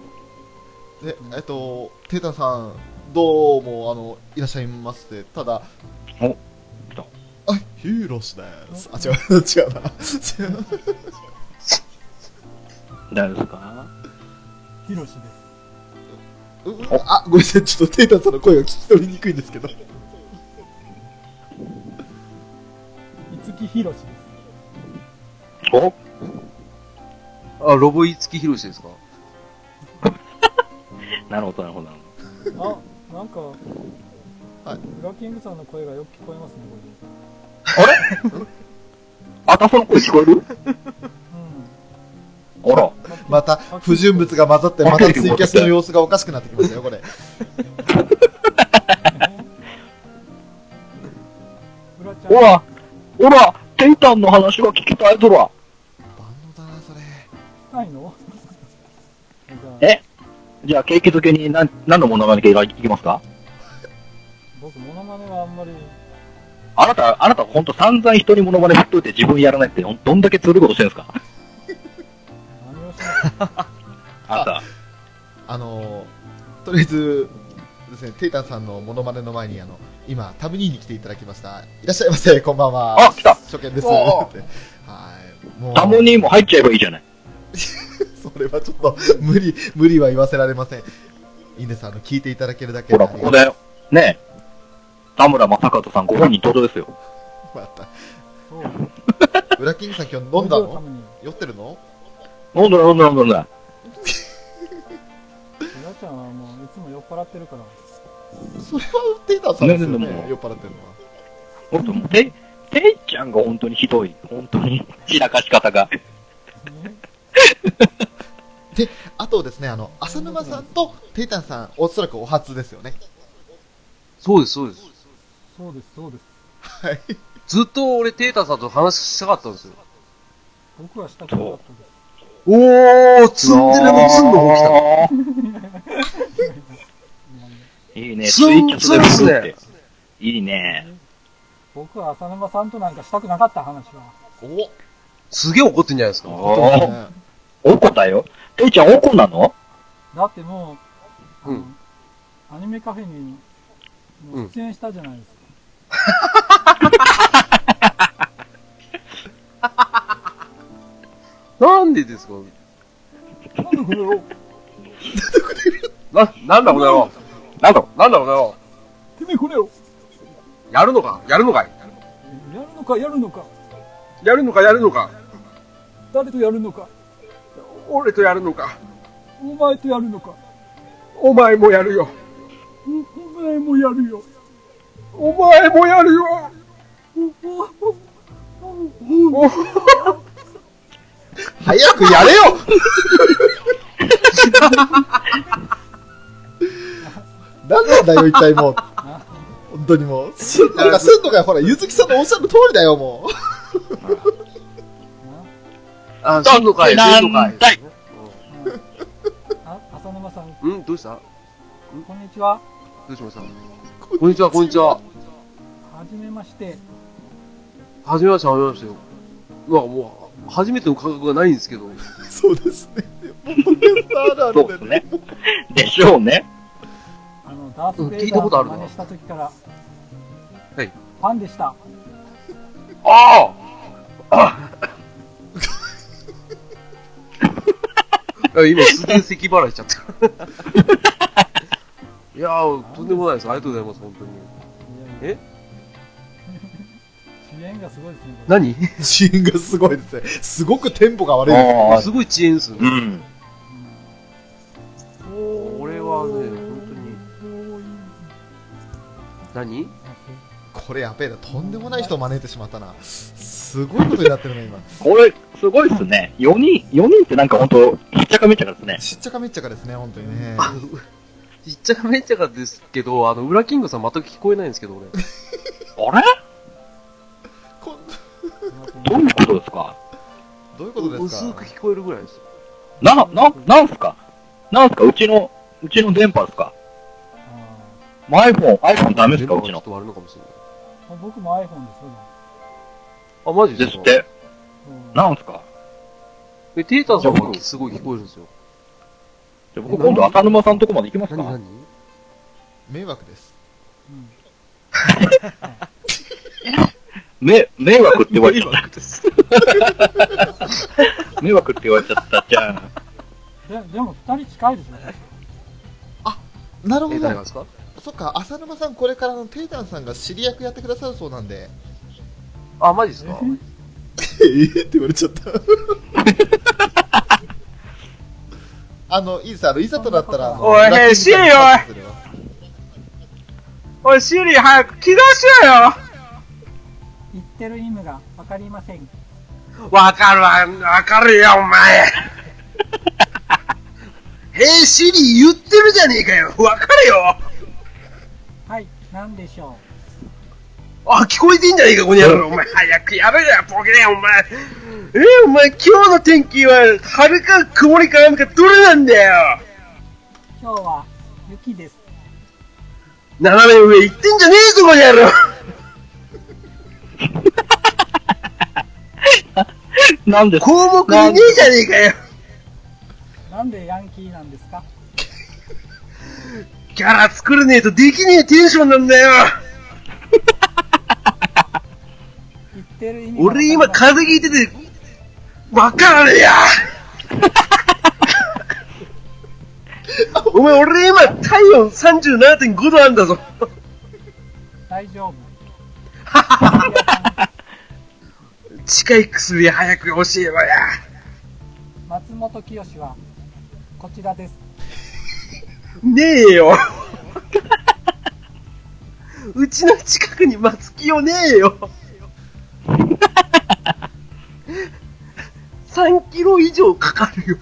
Speaker 2: で、えっと、テータンさん、どうも、あの、いらっしゃいまして、ただ、
Speaker 4: お来 た
Speaker 2: あ、ヒロシです。あ、違う、違うな。違う。
Speaker 4: 誰ですか
Speaker 5: ヒロシです。
Speaker 2: ううあ、ごめんなさい、ちょっとテイタンさんの声が聞き取りにくいんですけど。
Speaker 5: 五木ひろしです。
Speaker 4: お
Speaker 3: あ、ロボイツキヒロシですか
Speaker 4: なるほど、なるほど、なる
Speaker 5: あ、なんか、
Speaker 2: はい
Speaker 5: ブラッキングさんの声がよく聞こえますね、
Speaker 4: ほ
Speaker 5: これ。
Speaker 4: ど。あれあたその声聞こえるあら。
Speaker 5: うん。
Speaker 2: また、不純物が混ざって、またツイキャスの様子がおかしくなってきましたよ、これ。
Speaker 5: ブラちゃん
Speaker 4: ほ、ら、ほら、テイタンの話が聞きたいぞら。
Speaker 2: 万能だな、それ。
Speaker 5: ないの じゃあ
Speaker 4: えじゃあ、ケーキ漬けに何、何の物語がいきますか
Speaker 5: 僕、モノマネはあんまり、
Speaker 4: あなた、あなたほんと散々人に物真似振っといて自分やらないって、ほんどんだけつるいことしてるんですか
Speaker 5: 何をしない。
Speaker 4: あなた。
Speaker 2: あのー、とりあえず、ですね、テイタンさんのモノマネの前に、あの、今、タブニーに来ていただきました。いらっしゃいませ、こんばんは。
Speaker 4: あ、来た
Speaker 2: 初見です。
Speaker 4: おうおう
Speaker 2: ってはい。もう、
Speaker 4: タモニーも入っちゃえばいいじゃない。
Speaker 2: それはちょっと、無理、無理は言わせられません。いいんです、あの、聞いていただけるだけ
Speaker 4: ほ
Speaker 2: で
Speaker 4: ら、ここだよ。ねえ。田村正和さんご本人登場ですよ。
Speaker 2: また。
Speaker 5: そう。
Speaker 2: ブラッキングさん今日飲んだ
Speaker 5: 僕のた
Speaker 2: の
Speaker 5: めに
Speaker 2: 酔ってるの
Speaker 4: 飲んだ飲んだ飲んだ飲んだ。
Speaker 5: ブラちゃんはもう、いつも酔っ払ってる から。
Speaker 2: それはテイタンさんですよ
Speaker 4: ねえねえで
Speaker 2: ね
Speaker 4: も、
Speaker 2: 酔っ払ってるのは。
Speaker 4: ほんともう、て、ていちゃんが本当にひどい。本当に。散らかし方が。
Speaker 5: ね
Speaker 2: あとですね、あの、浅沼さんとテイタンさん、おそらくお初ですよね。
Speaker 3: そうです、そうです。
Speaker 5: そうです、そうです。
Speaker 2: はい。
Speaker 3: ずっと俺、テータさんと話したかったんですよ。
Speaker 5: 僕はしたくなかったです。
Speaker 3: おー、積んでるの、積んの起きた。
Speaker 4: いいね。
Speaker 3: ツ
Speaker 4: ツ
Speaker 3: ン
Speaker 4: イキャス
Speaker 3: ツ
Speaker 4: で
Speaker 3: ン
Speaker 4: 作
Speaker 3: っ
Speaker 4: っ
Speaker 3: すね
Speaker 4: て。いいね。
Speaker 5: 僕は浅沼さんとなんかしたくなかった話は。
Speaker 2: お
Speaker 3: すげえ怒ってんじゃないですか。
Speaker 4: おー
Speaker 2: ね
Speaker 4: おこだよ。ていちゃんおこなの
Speaker 5: だってもう、あ
Speaker 3: う
Speaker 5: の
Speaker 3: ん
Speaker 5: アニメカフェに
Speaker 3: うん
Speaker 5: 出演したじゃないですか。
Speaker 3: なんでですか
Speaker 5: なんでこれを、
Speaker 3: な、なんだこの野郎。
Speaker 4: なんだろ
Speaker 3: なんだこの野郎。
Speaker 5: てめえこれを、
Speaker 3: やるのかやるのかい
Speaker 5: やるのかやるのか、
Speaker 3: やるのかやるのか
Speaker 5: 誰とやるのか、
Speaker 3: 俺とやるのか
Speaker 5: お前とやるのか、
Speaker 3: お前もやるよ。
Speaker 5: おお前もやるよ。
Speaker 3: お前もやるよ。
Speaker 2: 早くやれよ何なんだよ、一体もう。本当にもう。すんのかすんのか、ほら、ゆずきさんのおっしゃる通りだよ、もう。
Speaker 3: あ、すんのかい、すんのかい
Speaker 4: なんだい。
Speaker 5: あ、浅沼さん、
Speaker 3: うん、どうした
Speaker 5: こんにちは。
Speaker 3: どうしましたこんにちは、こんにちは。
Speaker 5: はじめまして。
Speaker 3: はじめまして、はじめましてよ。なんかもう、初めての感覚がないんですけ ど。
Speaker 2: そうですね。ポケスターあ
Speaker 4: そ
Speaker 2: る
Speaker 4: うで
Speaker 2: です
Speaker 4: ね。でしょうね。
Speaker 5: あの、ダース・
Speaker 3: うん
Speaker 5: ベ
Speaker 3: 聞
Speaker 5: イ
Speaker 3: いた
Speaker 5: ダ
Speaker 3: こ
Speaker 5: ー
Speaker 3: とある
Speaker 5: の
Speaker 3: な
Speaker 5: 真似した時から、
Speaker 3: はい
Speaker 5: ファンでした。
Speaker 3: ああ今すげえ咳払いしちゃった。いやー、とんでもないです。ありがとうございます、本当に。
Speaker 5: いやいや支援がすごいですね。これ
Speaker 3: 何
Speaker 2: シーンがすごいですね。すごくテンポが悪いです。
Speaker 4: ああ、
Speaker 3: すごい遅延ですよ
Speaker 4: う
Speaker 3: ね。
Speaker 4: ん。
Speaker 3: これはね、本当に。何
Speaker 2: これやべえな、とんでもない人を招いてしまったな。すごいことになってるね、今。
Speaker 4: これ、すごいっすね。4人、4人ってなんかほんと、ひっちゃかめっちゃかですね。
Speaker 2: しっちゃかめっちゃかですね、本当にね。
Speaker 3: いっちゃかめっちゃかですけど、あの、裏キングさん全く聞こえないんですけど、俺。
Speaker 4: あれ
Speaker 2: こ
Speaker 4: どういうことですか
Speaker 2: どういうことです
Speaker 3: 薄
Speaker 2: か
Speaker 3: く聞こえるぐらいです。
Speaker 4: な、な、なんすかなんすかうちの、うちの電波ですか
Speaker 5: あ
Speaker 4: マイフォン、iPhone ダメですか
Speaker 3: 電
Speaker 4: う
Speaker 3: 波がちょ
Speaker 4: ちの
Speaker 3: っ。と悪いのかもしれない。
Speaker 5: ー僕も iPhone ですよ。
Speaker 3: あ、マジ
Speaker 4: で
Speaker 3: ですすか
Speaker 4: って。
Speaker 5: うん
Speaker 4: なんすか
Speaker 3: え、テータさんはすごい聞こえるんですよ。
Speaker 4: じゃあ僕今度浅沼さんとこまで行きます
Speaker 3: 何
Speaker 4: か
Speaker 3: 何
Speaker 2: 迷惑です。
Speaker 5: うん
Speaker 4: め、迷惑って言われちゃ
Speaker 3: 迷
Speaker 4: っ
Speaker 3: 惑です。
Speaker 4: た。迷惑って言われちゃった。じゃあ、
Speaker 5: ででも2人近いですね。
Speaker 2: なる
Speaker 6: え
Speaker 2: ほ
Speaker 6: ー、誰が
Speaker 2: ど
Speaker 6: で。すか
Speaker 2: そっか、浅沼さん、これからのテイタンさんが知り役やってくださるそうなんで。
Speaker 6: あ、マジですか
Speaker 2: ええって言われちゃった。 あの、いいです。あの、いざとなったら、あの
Speaker 3: おい
Speaker 2: ラッキー
Speaker 3: へいシリ
Speaker 2: み
Speaker 3: よ
Speaker 2: たいなの
Speaker 3: おい、シリ早く起動しろよ
Speaker 5: 言ってる意味が分かりません。
Speaker 3: わかるわ、わかるよ、お前。 へい、シリ言ってるじゃねえかよ。わかるよ。
Speaker 5: はい、なんでしょ
Speaker 3: あ、聞こえてんじゃねえか、この野郎。お前、早くやめろよ、ボケお前。えお前、今日の天気は、晴れか曇りか雨か、どれなんだよ。
Speaker 5: う。今日は雪です。
Speaker 3: 斜め上行ってんじゃねえぞ、この野郎。
Speaker 4: なんです
Speaker 3: 項目いねえじゃねえかよ。
Speaker 5: なんでヤンキーなんですか
Speaker 3: キャラ作れねえとできねえテンションなんだよ。
Speaker 5: 言ってる意味が分か
Speaker 3: 俺
Speaker 5: り
Speaker 3: 今
Speaker 5: ません
Speaker 3: 風邪ひいてて、わかるやお前俺今体温37.5度あんだぞ。
Speaker 5: 大丈夫。
Speaker 3: 近い薬早く教えろや。
Speaker 5: 松本清はこちらです。
Speaker 3: ねえよ。うちの近くに松木をねえよ。3キロ以上かかるよ。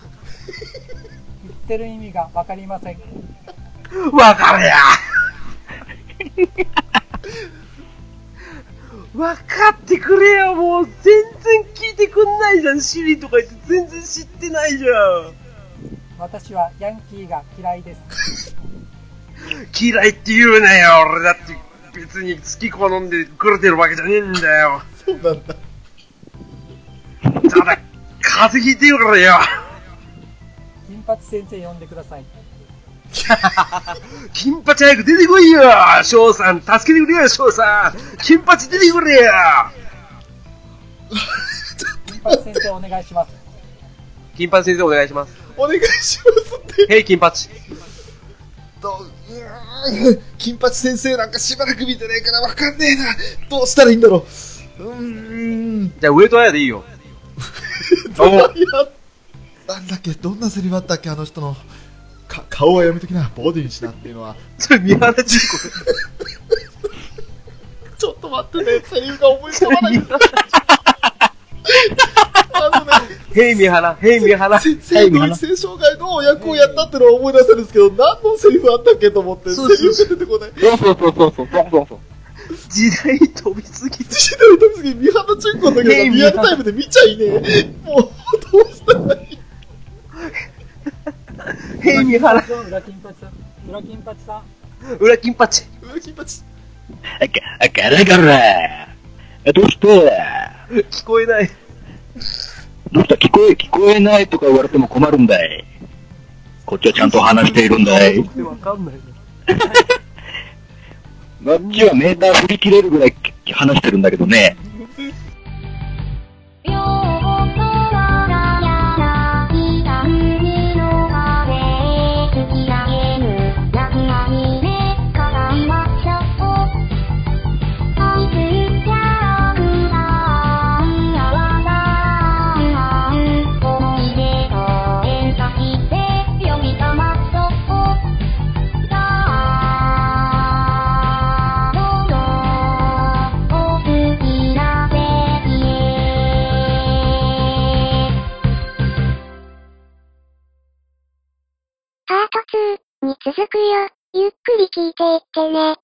Speaker 5: 言ってる意味が分かりません。
Speaker 3: わかるやわかってくれよ、もう全然聞いてくんないじゃん、シリとか言って全然知ってないじゃ
Speaker 5: 私はヤンキーが嫌いです。
Speaker 3: ん。嫌いって言うなよ、俺だって別に好き好んでくれてるわけじゃねえんだよ。
Speaker 2: そうなんだ。
Speaker 3: ただ、風邪ひいてるからよ。
Speaker 5: 金八先生呼んでください。
Speaker 3: 金八早く出てこいよ、翔さん。助けてくれよ、翔さん。金八出てくれよ。
Speaker 5: 金八先生お願いします。
Speaker 6: 金八先生お願いします。
Speaker 2: お願いしますって。
Speaker 6: ヘイ、金八。
Speaker 2: と、うーん金八先生なんかしばらく見てないからわかんねえな。どうしたらいいんだろう。うーん。
Speaker 6: じゃあ、上と綾でいいよ。
Speaker 2: どんななんだっけ、どんなセリフあったっけ、あの人の。か顔はやめときな、ボディにしなっていうのは。
Speaker 3: それ、宮原純子。
Speaker 2: ちょっと待ってね、セリフが思いつかない。あのね、
Speaker 6: ヘイ、三原。ヘイ、三原。
Speaker 2: せ性同一性障害の役をやったっていうのは思い出せるんですけど、何のセリフあったっけと思って、セ
Speaker 3: そうそう
Speaker 2: リフが出てこない。
Speaker 4: そうそうそうそうそうそうそう。
Speaker 3: 時代飛びすぎて。
Speaker 2: シドル時に三原純子の時はリアルタイムで見ちゃいねえ。もう、どうしたらいい
Speaker 3: ヘイ、三原。
Speaker 5: 裏金八さん。裏金八さん。
Speaker 3: 裏金八。
Speaker 2: 裏金八。
Speaker 4: あか、あかれがら。え、どうして
Speaker 3: 聞こえない。
Speaker 4: どうした聞こえ、聞こえないとか言われても困るんだい。こっちはちゃんと話しているんだい。
Speaker 3: わかんないな。
Speaker 4: こっちはメーター振り切れるぐらい話してるんだけどね。
Speaker 1: 両方空がやらいた海の風突き上げる落雷で絡まっちゃおう愛するキャラクターがわざ思い出を演歌して呼び覚まそうさあどうぞお好きな席へ
Speaker 7: パート2に続くよ。ゆっくり聞いていってね。